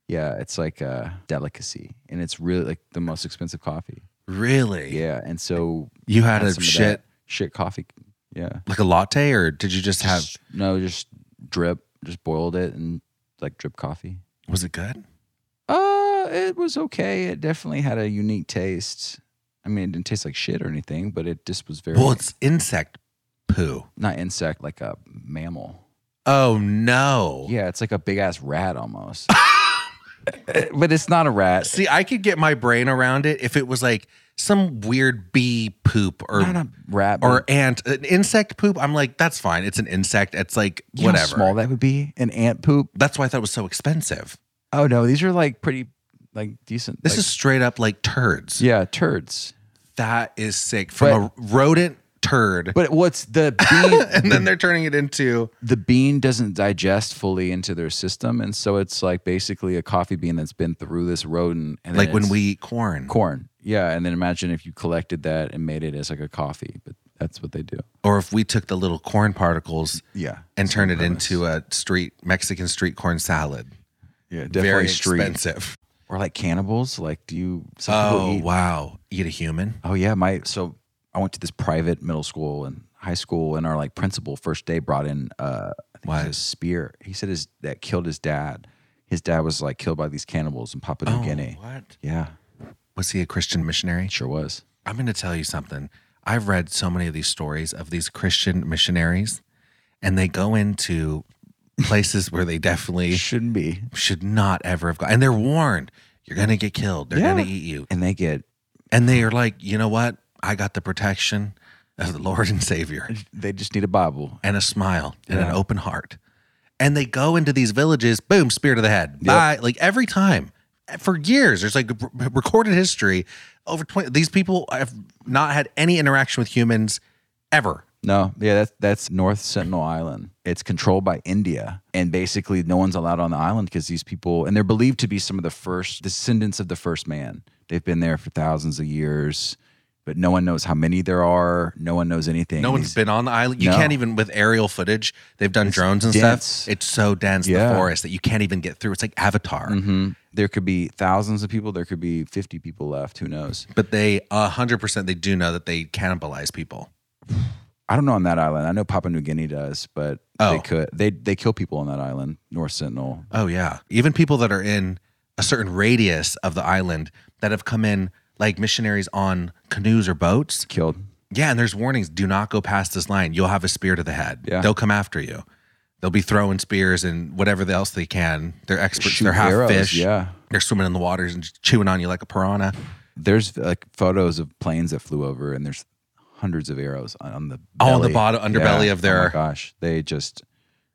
Yeah, it's like a delicacy, and it's really like the most expensive coffee.
Really?
Yeah, and so
You had,
had
a
some of
shit,
that shit coffee. Yeah,
like a latte, or did you just have,
Just- no, just drip, just boiled it and like drip coffee.
was it good?
Uh, it was okay. It definitely had a unique taste. I mean, it didn't taste like shit or anything, but it just was very
Well, it's insect poo.
not insect, like a mammal.
Oh no.
Yeah, it's like a big ass
<laughs>
rat almost. <laughs> but it's not a rat.
See, I could get my brain around it if it was like some weird bee poop or
not a rat. but
or ant, an insect poop. I'm like, that's fine. It's an insect. It's like
you know how
whatever.
small that would be an ant poop.
That's why I thought it was so expensive.
Oh no, these are like pretty, like decent.
This
like-
is straight up like turds.
yeah, turds.
That is sick. From a rodent turd,
But what's the bean?
<laughs> and then they're turning it into
the bean doesn't digest fully into their system, and so it's like basically a coffee bean that's been through this rodent. And then
like when
it's-
we eat corn.
corn. Yeah, and then imagine if you collected that and made it as like a coffee. But That's what they do.
Or if we took the little corn particles
Yeah,
and
same
turned it
premise.
into a street Mexican street corn salad.
Yeah, definitely
Very
street.
expensive.
Or like cannibals. Like, do you? <laughs> Some
Oh
people eat
wow. Eat a human?
Oh yeah, my so I went to this private middle school and high school, and our like principal first day brought in uh, I think it was
What?
a spear. He said his that killed his dad. His dad was like killed by these cannibals in Papua New Guinea.
Oh, what?
Yeah,
Was he a Christian missionary?
sure was.
I'm going to tell you something. I've read so many of these stories of these Christian missionaries, and they go into places where they
<laughs>
definitely
shouldn't be.
should not ever have gone. And they're warned, you're going to get killed. They're going to eat you.
And they get
And they are like, you know what? I got the protection of the Lord and Savior
they just need a Bible.
and a smile and an open heart. And they go into these villages, boom, spear to the head. Bye. Like every time for years, there's like r- recorded history over 20. These people have not had any interaction with humans ever.
No, yeah, that's that's North Sentinel Island. It's controlled by India, and basically no one's allowed on the island because these people, and they're believed to be some of the first descendants of the first man. They've been there for thousands of years, but no one knows how many there are. No one knows anything.
No
And
one's
these-
been on the island. You
No.
can't even with aerial footage. They've done drones and
dense.
stuff. It's so dense
Yeah.
the forest that you can't even get through. It's like Avatar.
Mhm. There could be thousands of people. There could be fifty people left. Who knows?
But they 100% they do know that they cannibalize people.
I don't know on that island. I know Papua New Guinea does, but
Oh.
they could they they kill people on that island. North Sentinel.
Oh yeah. Even people that are in a certain radius of the island that have come in like missionaries on canoes or boats.
Killed.
Yeah, and there's warnings, do not go past this line. You'll have a spear to the head.
Yeah.
They'll come after you. They'll be throwing spears and whatever else they can. They're experts.
Shoot
They're half
arrows,
fish.
Yeah.
They're swimming in the waters and chewing on you like a piranha.
there's like photos of planes that flew over and there's hundreds of arrows on- on the
Oh, on the
belly.
bottom- underbelly of
oh
their-
my gosh they just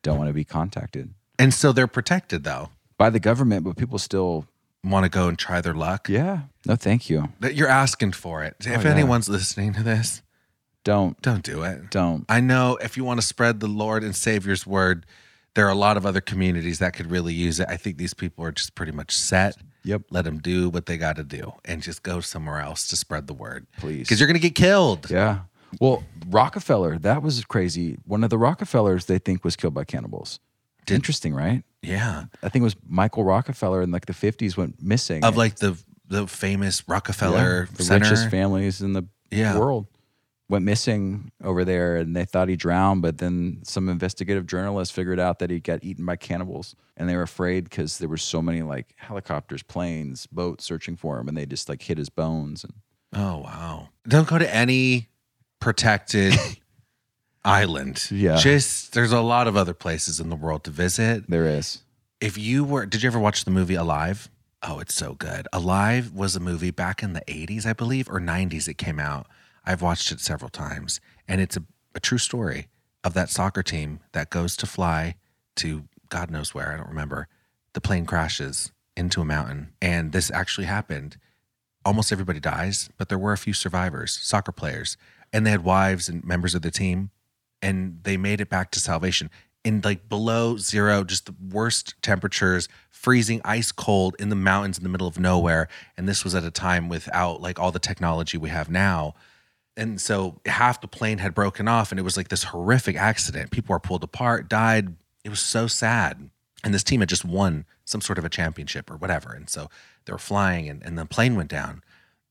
don't want to be contacted
And so they're protected though.
by the government but people still
Want to go and try their luck?
yeah no thank you
That You're asking for it. If
yeah.
anyone's listening to this,
don't
don't do it.
don't
I know if you want to spread the Lord and Savior's word, there are a lot of other communities that could really use it. I think these people are just pretty much set.
Yep.
Let them do what they got to do and just go somewhere else to spread the word.
Please.
Because you're going to get killed.
yeah well rockefeller that was crazy one of the rockefellers they think was killed by cannibals
Did-
interesting right
Yeah.
i think it was michael rockefeller in like the 50s went missing
Of like the the famous
Yeah,
Rockefeller
the
Center.
richest families in the
Yeah.
world went missing over there and they thought he drowned but then some investigative journalists figured out that he got eaten by cannibals and they were afraid because there were so many like helicopters planes boats searching for him and they just like hit his bones and
Oh, wow. Don't go to any
<laughs>
protected island.
Yeah.
Just there's a lot of other places in the world to visit.
there is
if you were did you ever watch the movie alive oh it's so good alive was a movie back in the 80s i believe or 90s it came out i've watched it several times and it's a, a true story of that soccer team that goes to fly to god knows where i don't remember the plane crashes into a mountain and this actually happened almost everybody dies but there were a few survivors soccer players and they had wives and members of the team and they made it back to salvation in like below zero, just the worst temperatures, freezing, ice cold in the mountains in the middle of nowhere. And this was at a time without like all the technology we have now. And so half the plane had broken off and it was like this horrific accident. People were pulled apart, died. It was so sad. And this team had just won some sort of a championship or whatever. And so they were flying and, and the plane went down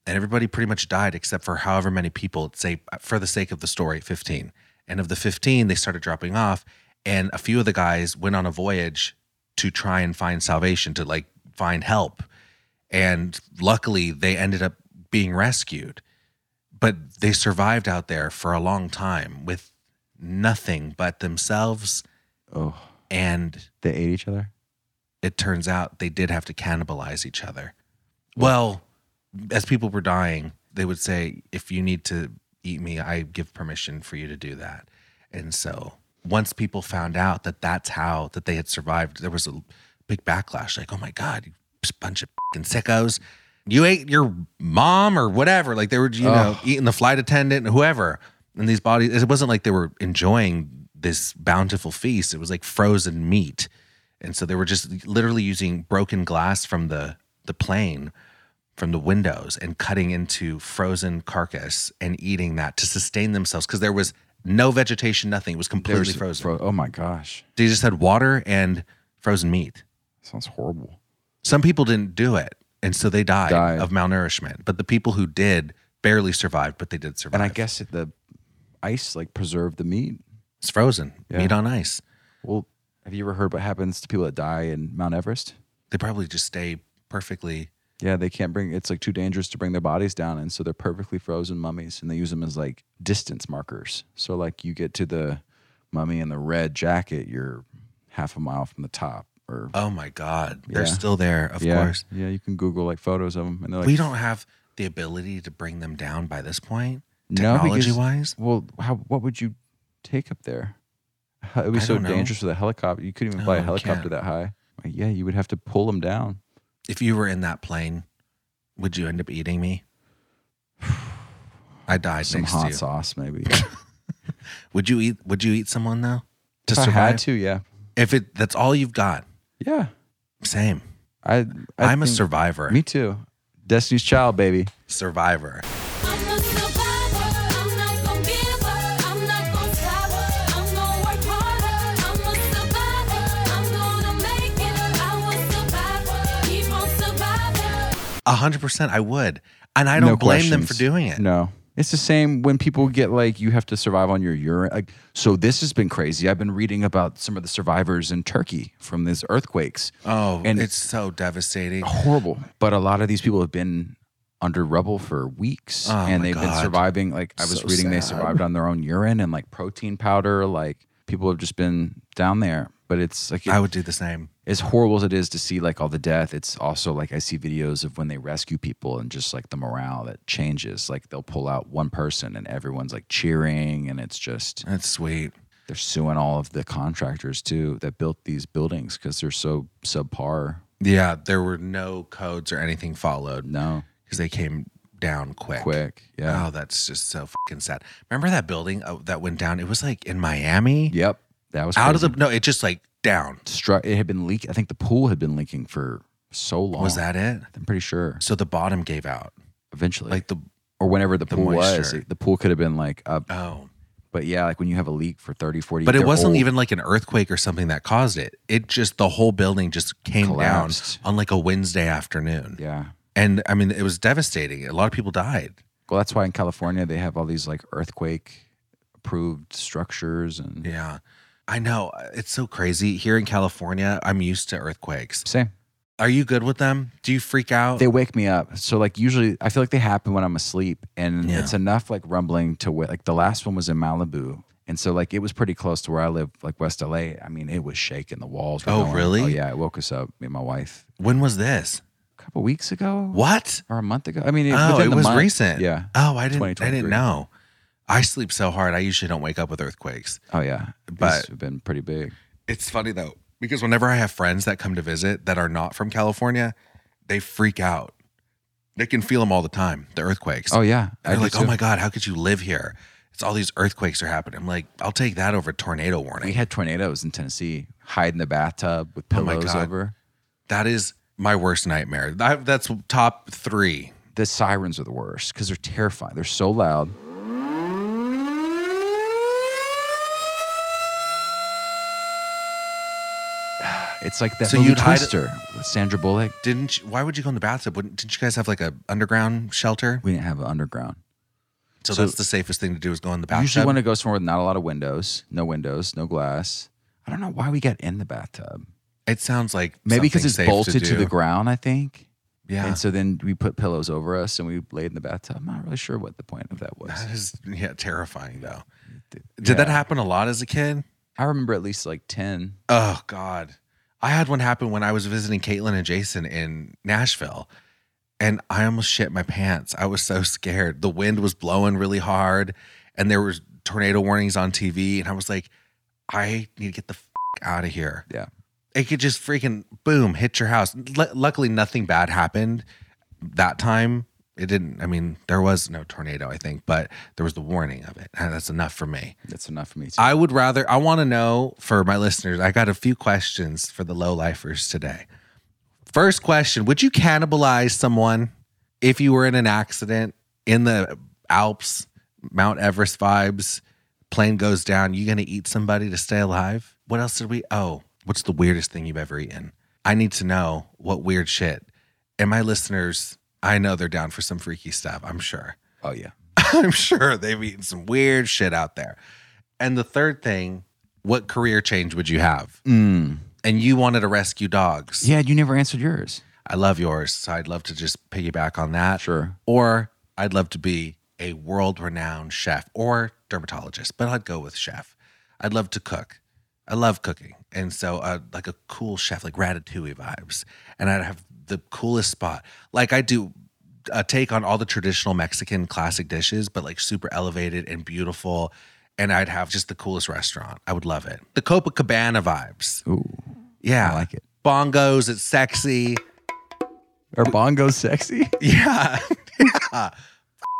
and everybody pretty much died except for however many people say for the sake of the story 15 and of the 15 they started dropping off and a few of the guys went on a voyage to try and find salvation to like find help and luckily they ended up being rescued but they survived out there for a long time with nothing but themselves
oh
and
they ate each other
it turns out they did have to cannibalize each other. Well, as people were dying, they would say, if you need to eat me, I give permission for you to do that. And so once people found out that that's how that they had survived, there was a big backlash like, oh my God, you bunch of fing sickos. You ate your mom or whatever. Like they were, you know, eating the flight attendant, whoever. And these bodies, it wasn't like they were enjoying this bountiful feast. It was like frozen meat. And so they were just literally using broken glass from the the plane from the windows and cutting into frozen carcass and eating that to sustain themselves because there was no vegetation, nothing. It was completely
There's-
frozen.
fro- oh my gosh,
they just had water and frozen meat.
sounds horrible.
Some people didn't do it, and so they died,
Died.
of malnourishment. But the people who did barely survived, but they did survive.
And I guess it, the ice like preserved the meat.
it's frozen
Yeah.
meat on ice.
Well, have you ever heard what happens to people that die in Mount Everest?
They probably just stay perfectly.
Yeah, they can't bring. It's like too dangerous to bring their bodies down, and so they're perfectly frozen mummies, and they use them as like distance markers. So like you get to the mummy in the red jacket, you're half a mile from the top, or
Oh my God, they're
Yeah.
still there. Of
yeah,
course,
yeah. You can Google like photos of them, and they're like
we don't have the ability to bring them down by this point,
No, because-
technology wise.
Well, how what would you take up there? <laughs> It would be
I
so
don't know.
dangerous with a helicopter. You couldn't even fly a
No, you
helicopter
can't.
that high. Like, yeah, you would have to pull them down.
If you were in that plane, would you end up eating me? <sighs> I died
Some
next <laughs> to
hot
you.
sauce, maybe.
Would you eat? Would you eat someone though? To
if I had to, yeah,
If it that's all you've got,
yeah.
same.
I, I
I am a
think-
survivor.
Me too. Destiny's Child, baby.
Survivor.
I'm a survivor. I'm not gon' give up. I'm not gon' sour. I'm gon' work harder. I'm a survivor. I'm gonna make it. I was survivor. Keep on surviving.
A hundred percent. I would, and I don't blame them for
questions.
doing it.
No. It's the same when people get like you have to survive on your urine. Like so this has been crazy. I've been reading about some of the survivors in Turkey from these earthquakes.
Oh,
And- Oh,
it's so devastating.
horrible. But a lot of these people have been under rubble for weeks
Oh,
and
my
they've been
God.
surviving. Like I was
So
reading, they
sad.
survived on their own urine and like protein powder. Like people have just been down there. But it's like
I would do the same.
as horrible as it is to see like all the death, it's also like I see videos of when they rescue people and just like the morale that changes. Like they'll pull out one person and everyone's like cheering and it's just
That's sweet.
they're suing all of the contractors too that built these buildings because they're so subpar.
Yeah, there were no codes or anything followed
No,
because they came down quick.
quick. Yeah.
Oh, that's just so fucking sad. Remember that building uh, that went down? It was like in Miami.
Yep. That was
Out of
crazy.
the no, it just like down.
struck. It had been leak. I think the pool had been leaking for so long.
Was that it?
I'm pretty sure.
So the bottom gave out.
Eventually,
Like the
or whenever the,
the
pool was,
moisture.
it- the pool could have been like up.
oh.
But yeah, like when you have a leak for 30, 40.
But it
they're
wasn't
old.
even like an earthquake or something that caused it. It just the whole building just came
Collapsed.
down on like a Wednesday afternoon.
Yeah.
And I mean, it was devastating. A lot of people died.
Well, that's why in California they have all these like earthquake approved structures and
Yeah. I know. It's so crazy. Here in California, I'm used to earthquakes.
same.
Are you good with them? Do you freak out?
They wake me up. So like usually I feel like they happen when I'm asleep and
Yeah.
it's enough like rumbling to wake. Like the last one was in Malibu. And so like it was pretty close to where I live, like West LA. I mean, it was shaking. The walls were
Oh,
going-
really?
Oh yeah, it woke us up, me and my wife.
when was this?
A couple weeks ago.
What?
Or a month ago. I mean, it,
oh,
within
it
the
was
month.
recent.
Yeah.
Oh, I didn't. I
2023.
didn't know. I sleep so hard. I usually don't wake up with earthquakes.
Oh yeah.
But-
it's been pretty big.
It's funny though because whenever I have friends that come to visit that are not from California, they freak out. They can feel them all the time. The earthquakes.
Oh yeah. I
They're
do
like, oh
too.
my God, how could you live here? It's all these earthquakes are happening. I'm like, I'll take that over tornado warning.
We had tornadoes in Tennessee. Hide in the bathtub with
Oh my
pillows
God.
over.
That is my worst nightmare. That, that's top three.
The sirens are the worst because they're terrifying. They're so loud. <sighs> It's like that
So
movie
you'd hide-
Twister with Sandra Bullock.
Didn't you, why would you go in the bathtub? Wouldn't, didn't you guys have like a underground shelter?
We didn't have an underground.
So,
So-
that's the safest thing to do is go in the
I
bathtub.
usually want to go somewhere with not a lot of windows, no windows, no glass. I don't know why we got in the bathtub.
it sounds like
Maybe because
something
it's
safe
bolted to,
do.
the ground. I think.
Yeah,
And so then we put pillows over us and we laid in the bathtub. I'm not really sure what the point of that
<laughs>
was.
that is yeah terrifying though. Did that
Yeah.
happen a lot as a kid?
I remember at least like 10.
Oh God. I had one happen when I was visiting Caitlin and Jason in Nashville. And I almost shit my pants. I was so scared. The wind was blowing really hard and there was tornado warnings on TV. And I was like, I need to get the f- out of here.
Yeah.
It could just freaking boom, hit your house. Lu- luckily, nothing bad happened that time. It didn't, I mean, there was no tornado, I think, but there was the warning of it. And that's enough for me.
That's enough for me. Too.
I would rather, I want to know for my listeners, I got a few questions for the low lifers today. First question Would you cannibalize someone? if you were in an accident in the Alps, Mount Everest vibes, plane goes down, you gonna eat somebody to stay alive? What else did we? Oh, what's the weirdest thing you've ever eaten? I need to know what weird shit. And my listeners, I know they're down for some freaky stuff. I'm sure.
Oh yeah.
<laughs> I'm sure they've eaten some weird shit out there. And the third thing, what career change would you have?
Mm.
And you wanted to rescue dogs.
Yeah, you never answered yours.
I love yours. So I'd love to just piggyback on that.
Sure.
Or I'd love to be a world renowned chef or dermatologist, but I'd go with chef. I'd love to cook. I love cooking. And so, uh, like a cool chef, like Ratatouille vibes. And I'd have the coolest spot. Like, I do a take on all the traditional Mexican classic dishes, but like super elevated and beautiful. And I'd have just the coolest restaurant. I would love it. The Copacabana vibes.
Ooh.
Yeah.
I like it.
Bongos, it's sexy.
Are bongos sexy?
Yeah. <laughs> yeah.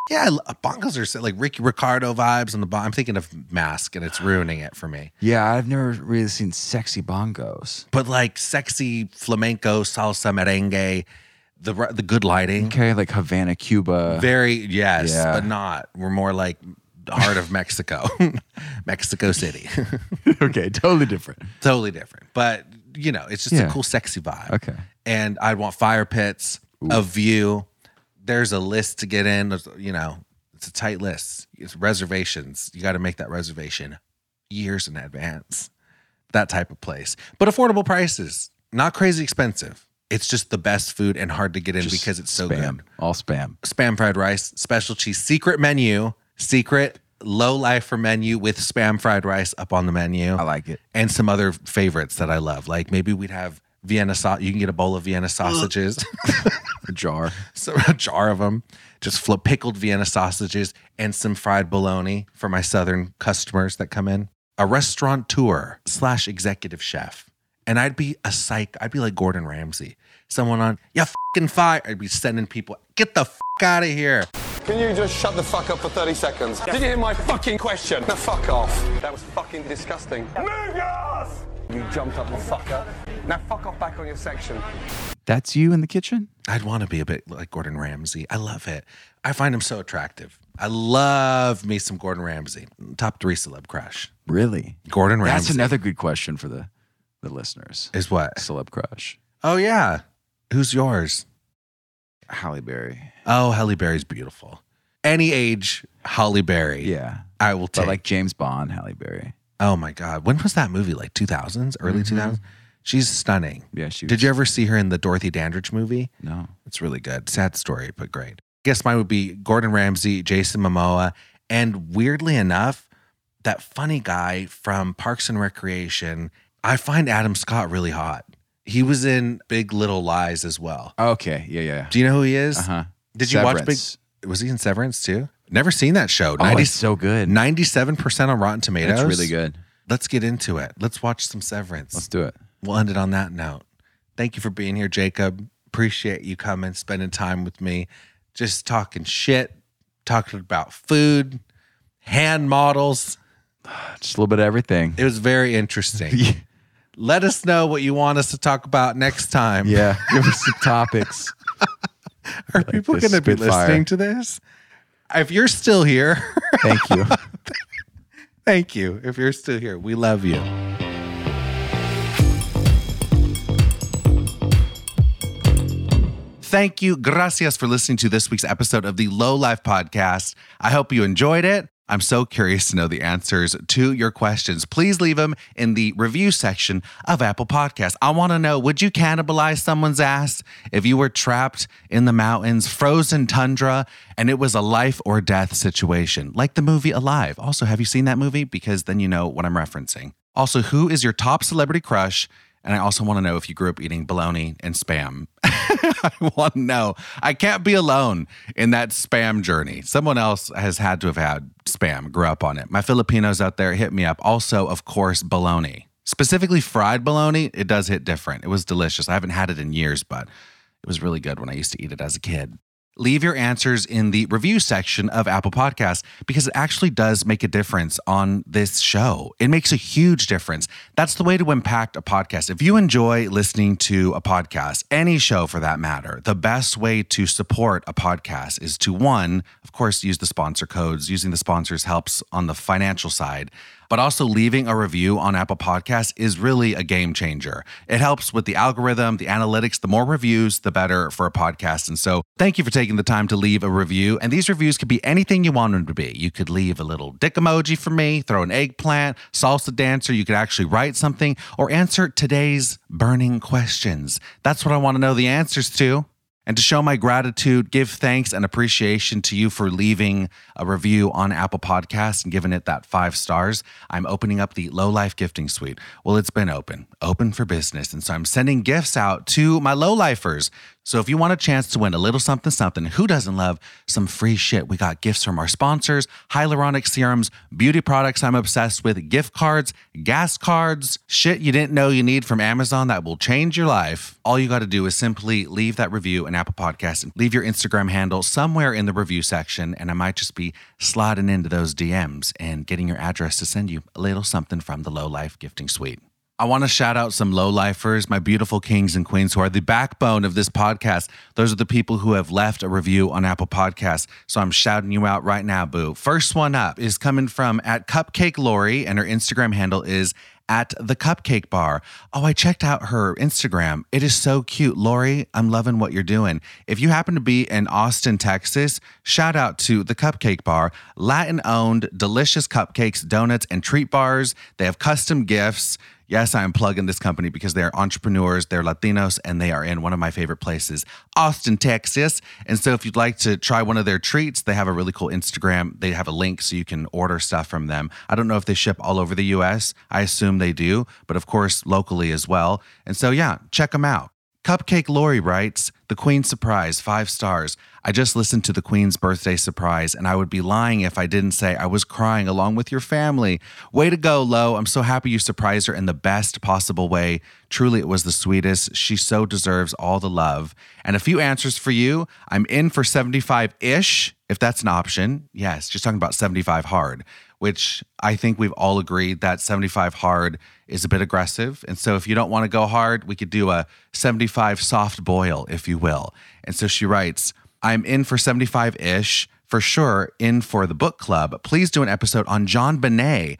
Yeah, I lo- bongos are so- like Ricky Ricardo vibes on the bon- I'm thinking of Mask and it's ruining it for me.
<laughs> Yeah, I've never really seen sexy bongos.
But like sexy flamenco, salsa, merengue, the ri- the good lighting.
Okay, like Havana, Cuba.
Very yes,
Yeah.
but not. We're more like the heart of Mexico. <laughs> Mexico City. <laughs>
<laughs> okay, totally different.
totally different. But you know, it's just
Yeah.
a cool sexy vibe.
Okay.
And I'd want fire pits, a view. There's a list to get in. There's, you know, it's a tight list. It's reservations. You got to make that reservation years in advance. That type of place. But affordable prices. Not crazy expensive. It's just the best food and hard to get in
Just
because it's so
spam.
good
All spam.
spam fried rice, special cheese, secret menu, secret low lifer menu with spam fried rice up on the menu.
I like it.
And some other favorites that I love. Like maybe we'd have Vienna sauce. You can get a bowl of Vienna sausages, <laughs>
A jar.
so a jar of them, just flip pickled Vienna sausages and some fried bologna for my southern customers that come in. A restaurateur slash executive chef. And I'd be a psych. I'd be like Gordon Ramsay. Someone on, yeah, fucking fire. I'd be sending people, get the fuck out of here.
Can you just shut the fuck up for 30 seconds? Did you hear my fucking question? Now fuck off. That was fucking disgusting. Move your ass! You jumped up, fucker. Now fuck off back on your section.
That's you in the kitchen?
I'd want to be a bit like Gordon Ramsay. I love it. I find him so attractive. I love me some Gordon Ramsay. Top three celeb crush.
Really?
Gordon Ramsay
That's another good question for the, the listeners.
is what?
Celeb crush.
Oh yeah. Who's yours?
Halle Berry.
Oh, Halle Berry's beautiful. Any age, Halle Berry.
Yeah.
I will take.
But like James Bond, Halle Berry.
oh my god, when was that movie? Like 2000s, early 2000s. She's stunning.
Mm-hmm. Yeah, she was.
Did you ever see her in the Dorothy Dandridge movie?
No.
It's really good. Sad story, but great. guess mine would be Gordon Ramsay, Jason Momoa, and weirdly enough, that funny guy from Parks and Recreation. I find Adam Scott really hot. He was in Big Little Lies as well.
Oh, Okay. Yeah, yeah.
Do you know who he is?
Uh huh.
Did you watch Big? Was he in Severance too? Never seen that show.
Oh,
90
it's so good.
97% on Rotten Tomatoes.
It's really good.
Let's get into it. Let's watch some Severance.
Let's do it.
We'll end it on that note. Thank you for being here, Jacob. Appreciate you coming, spending time with me, just talking shit, talking about food, hand models.
Just a little bit of everything.
It was very
<laughs>
interesting. Let us know what you want us to talk about next time.
Yeah. <laughs> Give us some topics.
Are people
this
going to be
Spitfire.
listening to this? If you're still here, <laughs>
Thank you.
thank you. If you're still here, we love you. Thank you. Gracias for listening to this week's episode of the Low Life Podcast. I hope you enjoyed it. I'm so curious to know the answers to your questions. Please leave them in the review section of Apple Podcasts. I want to know would you cannibalize someone's ass if you were trapped in the mountains, frozen tundra, and it was a life or death situation, like the movie Alive? Also, have you seen that movie? Because then you know what I'm referencing. Also, who is your top celebrity crush? And I also want to know if you grew up eating bologna and spam. <laughs> I want to know. I can't be alone in that spam journey. Someone else has had to have had spam, grew up on it. My Filipinos out there hit me up. Also, of course, bologna, specifically fried bologna. It does hit different. It was delicious. I haven't had it in years, but it was really good when I used to eat it as a kid. leave your answers in the review section of Apple Podcasts because it actually does make a difference on this show. It makes a huge difference. That's the way to impact a podcast. If you enjoy listening to a podcast, any show for that matter, the best way to support a podcast is to one, of course, use the sponsor codes. Using the sponsors helps on the financial side but also leaving a review on Apple Podcasts is really a game changer. It helps with the algorithm, the analytics. The more reviews, the better for a podcast. And so, thank you for taking the time to leave a review. And these reviews could be anything you want them to be. You could leave a little dick emoji for me, throw an eggplant, salsa dancer. You could actually write something or answer today's burning questions. That's what I want to know the answers to. And to show my gratitude, give thanks and appreciation to you for leaving a review on Apple Podcasts and giving it that five stars, I'm opening up the Low Life Gifting Suite. Well, it's been open, open for business. And so I'm sending gifts out to my low lifers. So if you want a chance to win a little something, something, who doesn't love some free shit? We got gifts from our sponsors, hyaluronic serums, beauty products I'm obsessed with, gift cards, gas cards, shit you didn't know you need from Amazon that will change your life. All you got to do is simply leave that review in Apple Podcasts and leave your Instagram handle somewhere in the review section. And I might just be sliding into those DMs and getting your address to send you a little something from the Low Life Gifting Suite. I want to shout out some low lifers, my beautiful kings and queens who are the backbone of this podcast. Those are the people who have left a review on Apple Podcasts. So I'm shouting you out right now, boo. First one up is coming from at Cupcake Lori, and her Instagram handle is at the Cupcake Bar. Oh, I checked out her Instagram. It is so cute. Lori, I'm loving what you're doing. If you happen to be in Austin, Texas, shout out to the Cupcake Bar, Latin owned, delicious cupcakes, donuts, and treat bars. They have custom gifts. Yes, I am plugging this company because they are entrepreneurs, they're Latinos, and they are in one of my favorite places, Austin, Texas. And so if you'd like to try one of their treats, they have a really cool Instagram. They have a link so you can order stuff from them. I don't know if they ship all over the US. I assume they do, but of course, locally as well. And so, yeah, check them out. Cupcake Lori writes, The Queen's Surprise, five stars. I just listened to The Queen's Birthday Surprise, and I would be lying if I didn't say I was crying along with your family. Way to go, Lo. I'm so happy you surprised her in the best possible way. Truly, it was the sweetest. She so deserves all the love. And a few answers for you. I'm in for 75 ish, if that's an option. Yes, she's talking about 75 hard, which I think we've all agreed that 75 hard is a bit aggressive. And so if you don't want to go hard, we could do a 75 soft boil, if you will. And so she writes, I'm in for 75 ish, for sure, in for the book club. Please do an episode on John Bonet.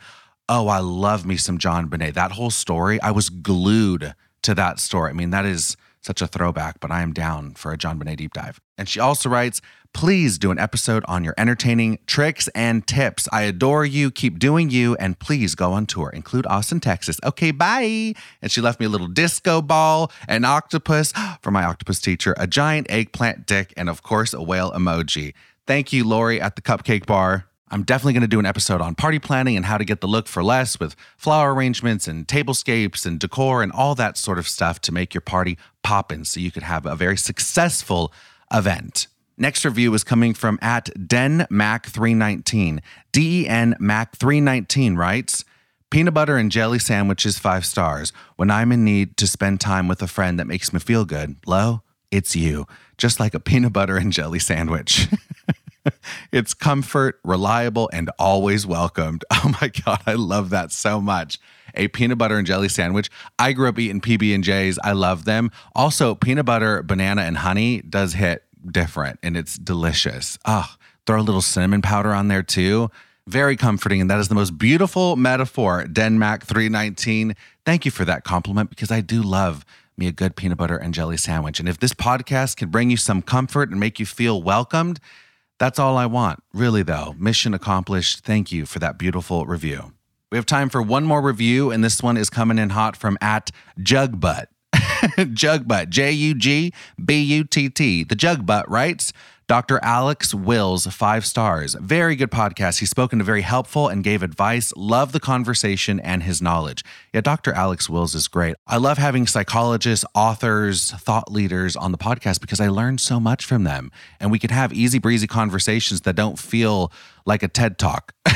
Oh, I love me some John Bonet. That whole story, I was glued to that story. I mean, that is such a throwback, but I am down for a John Bonet deep dive. And she also writes, please do an episode on your entertaining tricks and tips. I adore you. Keep doing you. And please go on tour. Include Austin, Texas. Okay, bye. And she left me a little disco ball, an octopus <gasps> for my octopus teacher, a giant eggplant dick, and of course, a whale emoji. Thank you, Lori, at the Cupcake Bar. I'm definitely going to do an episode on party planning and how to get the look for less with flower arrangements and tablescapes and decor and all that sort of stuff to make your party poppin' so you could have a very successful event. Next review is coming from at DenMac319. D E N Mac319 writes, Peanut butter and jelly sandwiches, five stars. When I'm in need to spend time with a friend that makes me feel good, lo, it's you. Just like a peanut butter and jelly sandwich. <laughs> it's comfort, reliable, and always welcomed. <laughs> Oh my god, I love that so much. A peanut butter and jelly sandwich. I grew up eating PB and J's. I love them. Also, peanut butter, banana, and honey does hit different, and it's delicious. Ah, throw a little cinnamon powder on there too. Very comforting, and that is the most beautiful metaphor. Denmac three nineteen. Thank you for that compliment because I do love me a good peanut butter and jelly sandwich. And if this podcast can bring you some comfort and make you feel welcomed. That's all I want. Really, though, mission accomplished. Thank you for that beautiful review. We have time for one more review, and this one is coming in hot from at Jugbutt. <laughs> Jugbutt, J U G B U T T. The Jugbutt writes Dr. Alex Wills, five stars. Very good podcast. He's spoken to very helpful and gave advice. Love the conversation and his knowledge. Yeah, Dr. Alex Wills is great. I love having psychologists, authors, thought leaders on the podcast because I learn so much from them. And we can have easy breezy conversations that don't feel like a TED talk. <laughs>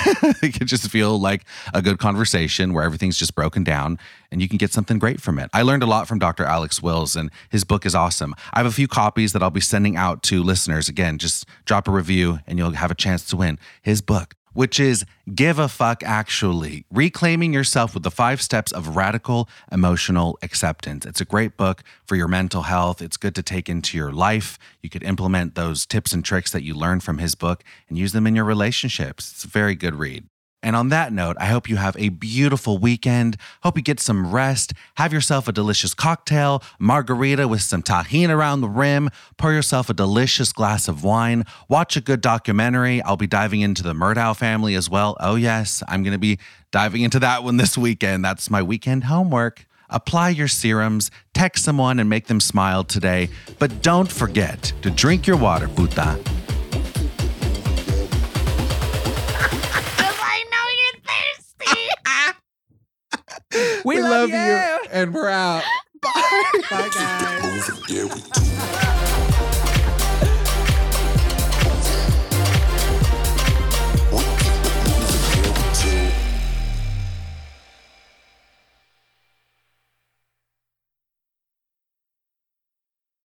it can just feel like a good conversation where everything's just broken down and you can get something great from it. I learned a lot from Dr. Alex Wills, and his book is awesome. I have a few copies that I'll be sending out to listeners. Again, just drop a review and you'll have a chance to win his book which is Give a Fuck Actually Reclaiming Yourself with the Five Steps of Radical Emotional Acceptance. It's a great book for your mental health. It's good to take into your life. You could implement those tips and tricks that you learned from his book and use them in your relationships. It's a very good read. And on that note, I hope you have a beautiful weekend. Hope you get some rest. Have yourself a delicious cocktail, margarita with some tahini around the rim. Pour yourself a delicious glass of wine. Watch a good documentary. I'll be diving into the Murdow family as well. Oh, yes, I'm going to be diving into that one this weekend. That's my weekend homework. Apply your serums, text someone, and make them smile today. But don't forget to drink your water, puta.
Because I know you're thirsty. <laughs>
We, love, you. And we're out.
Keep it moving, yeah, we do.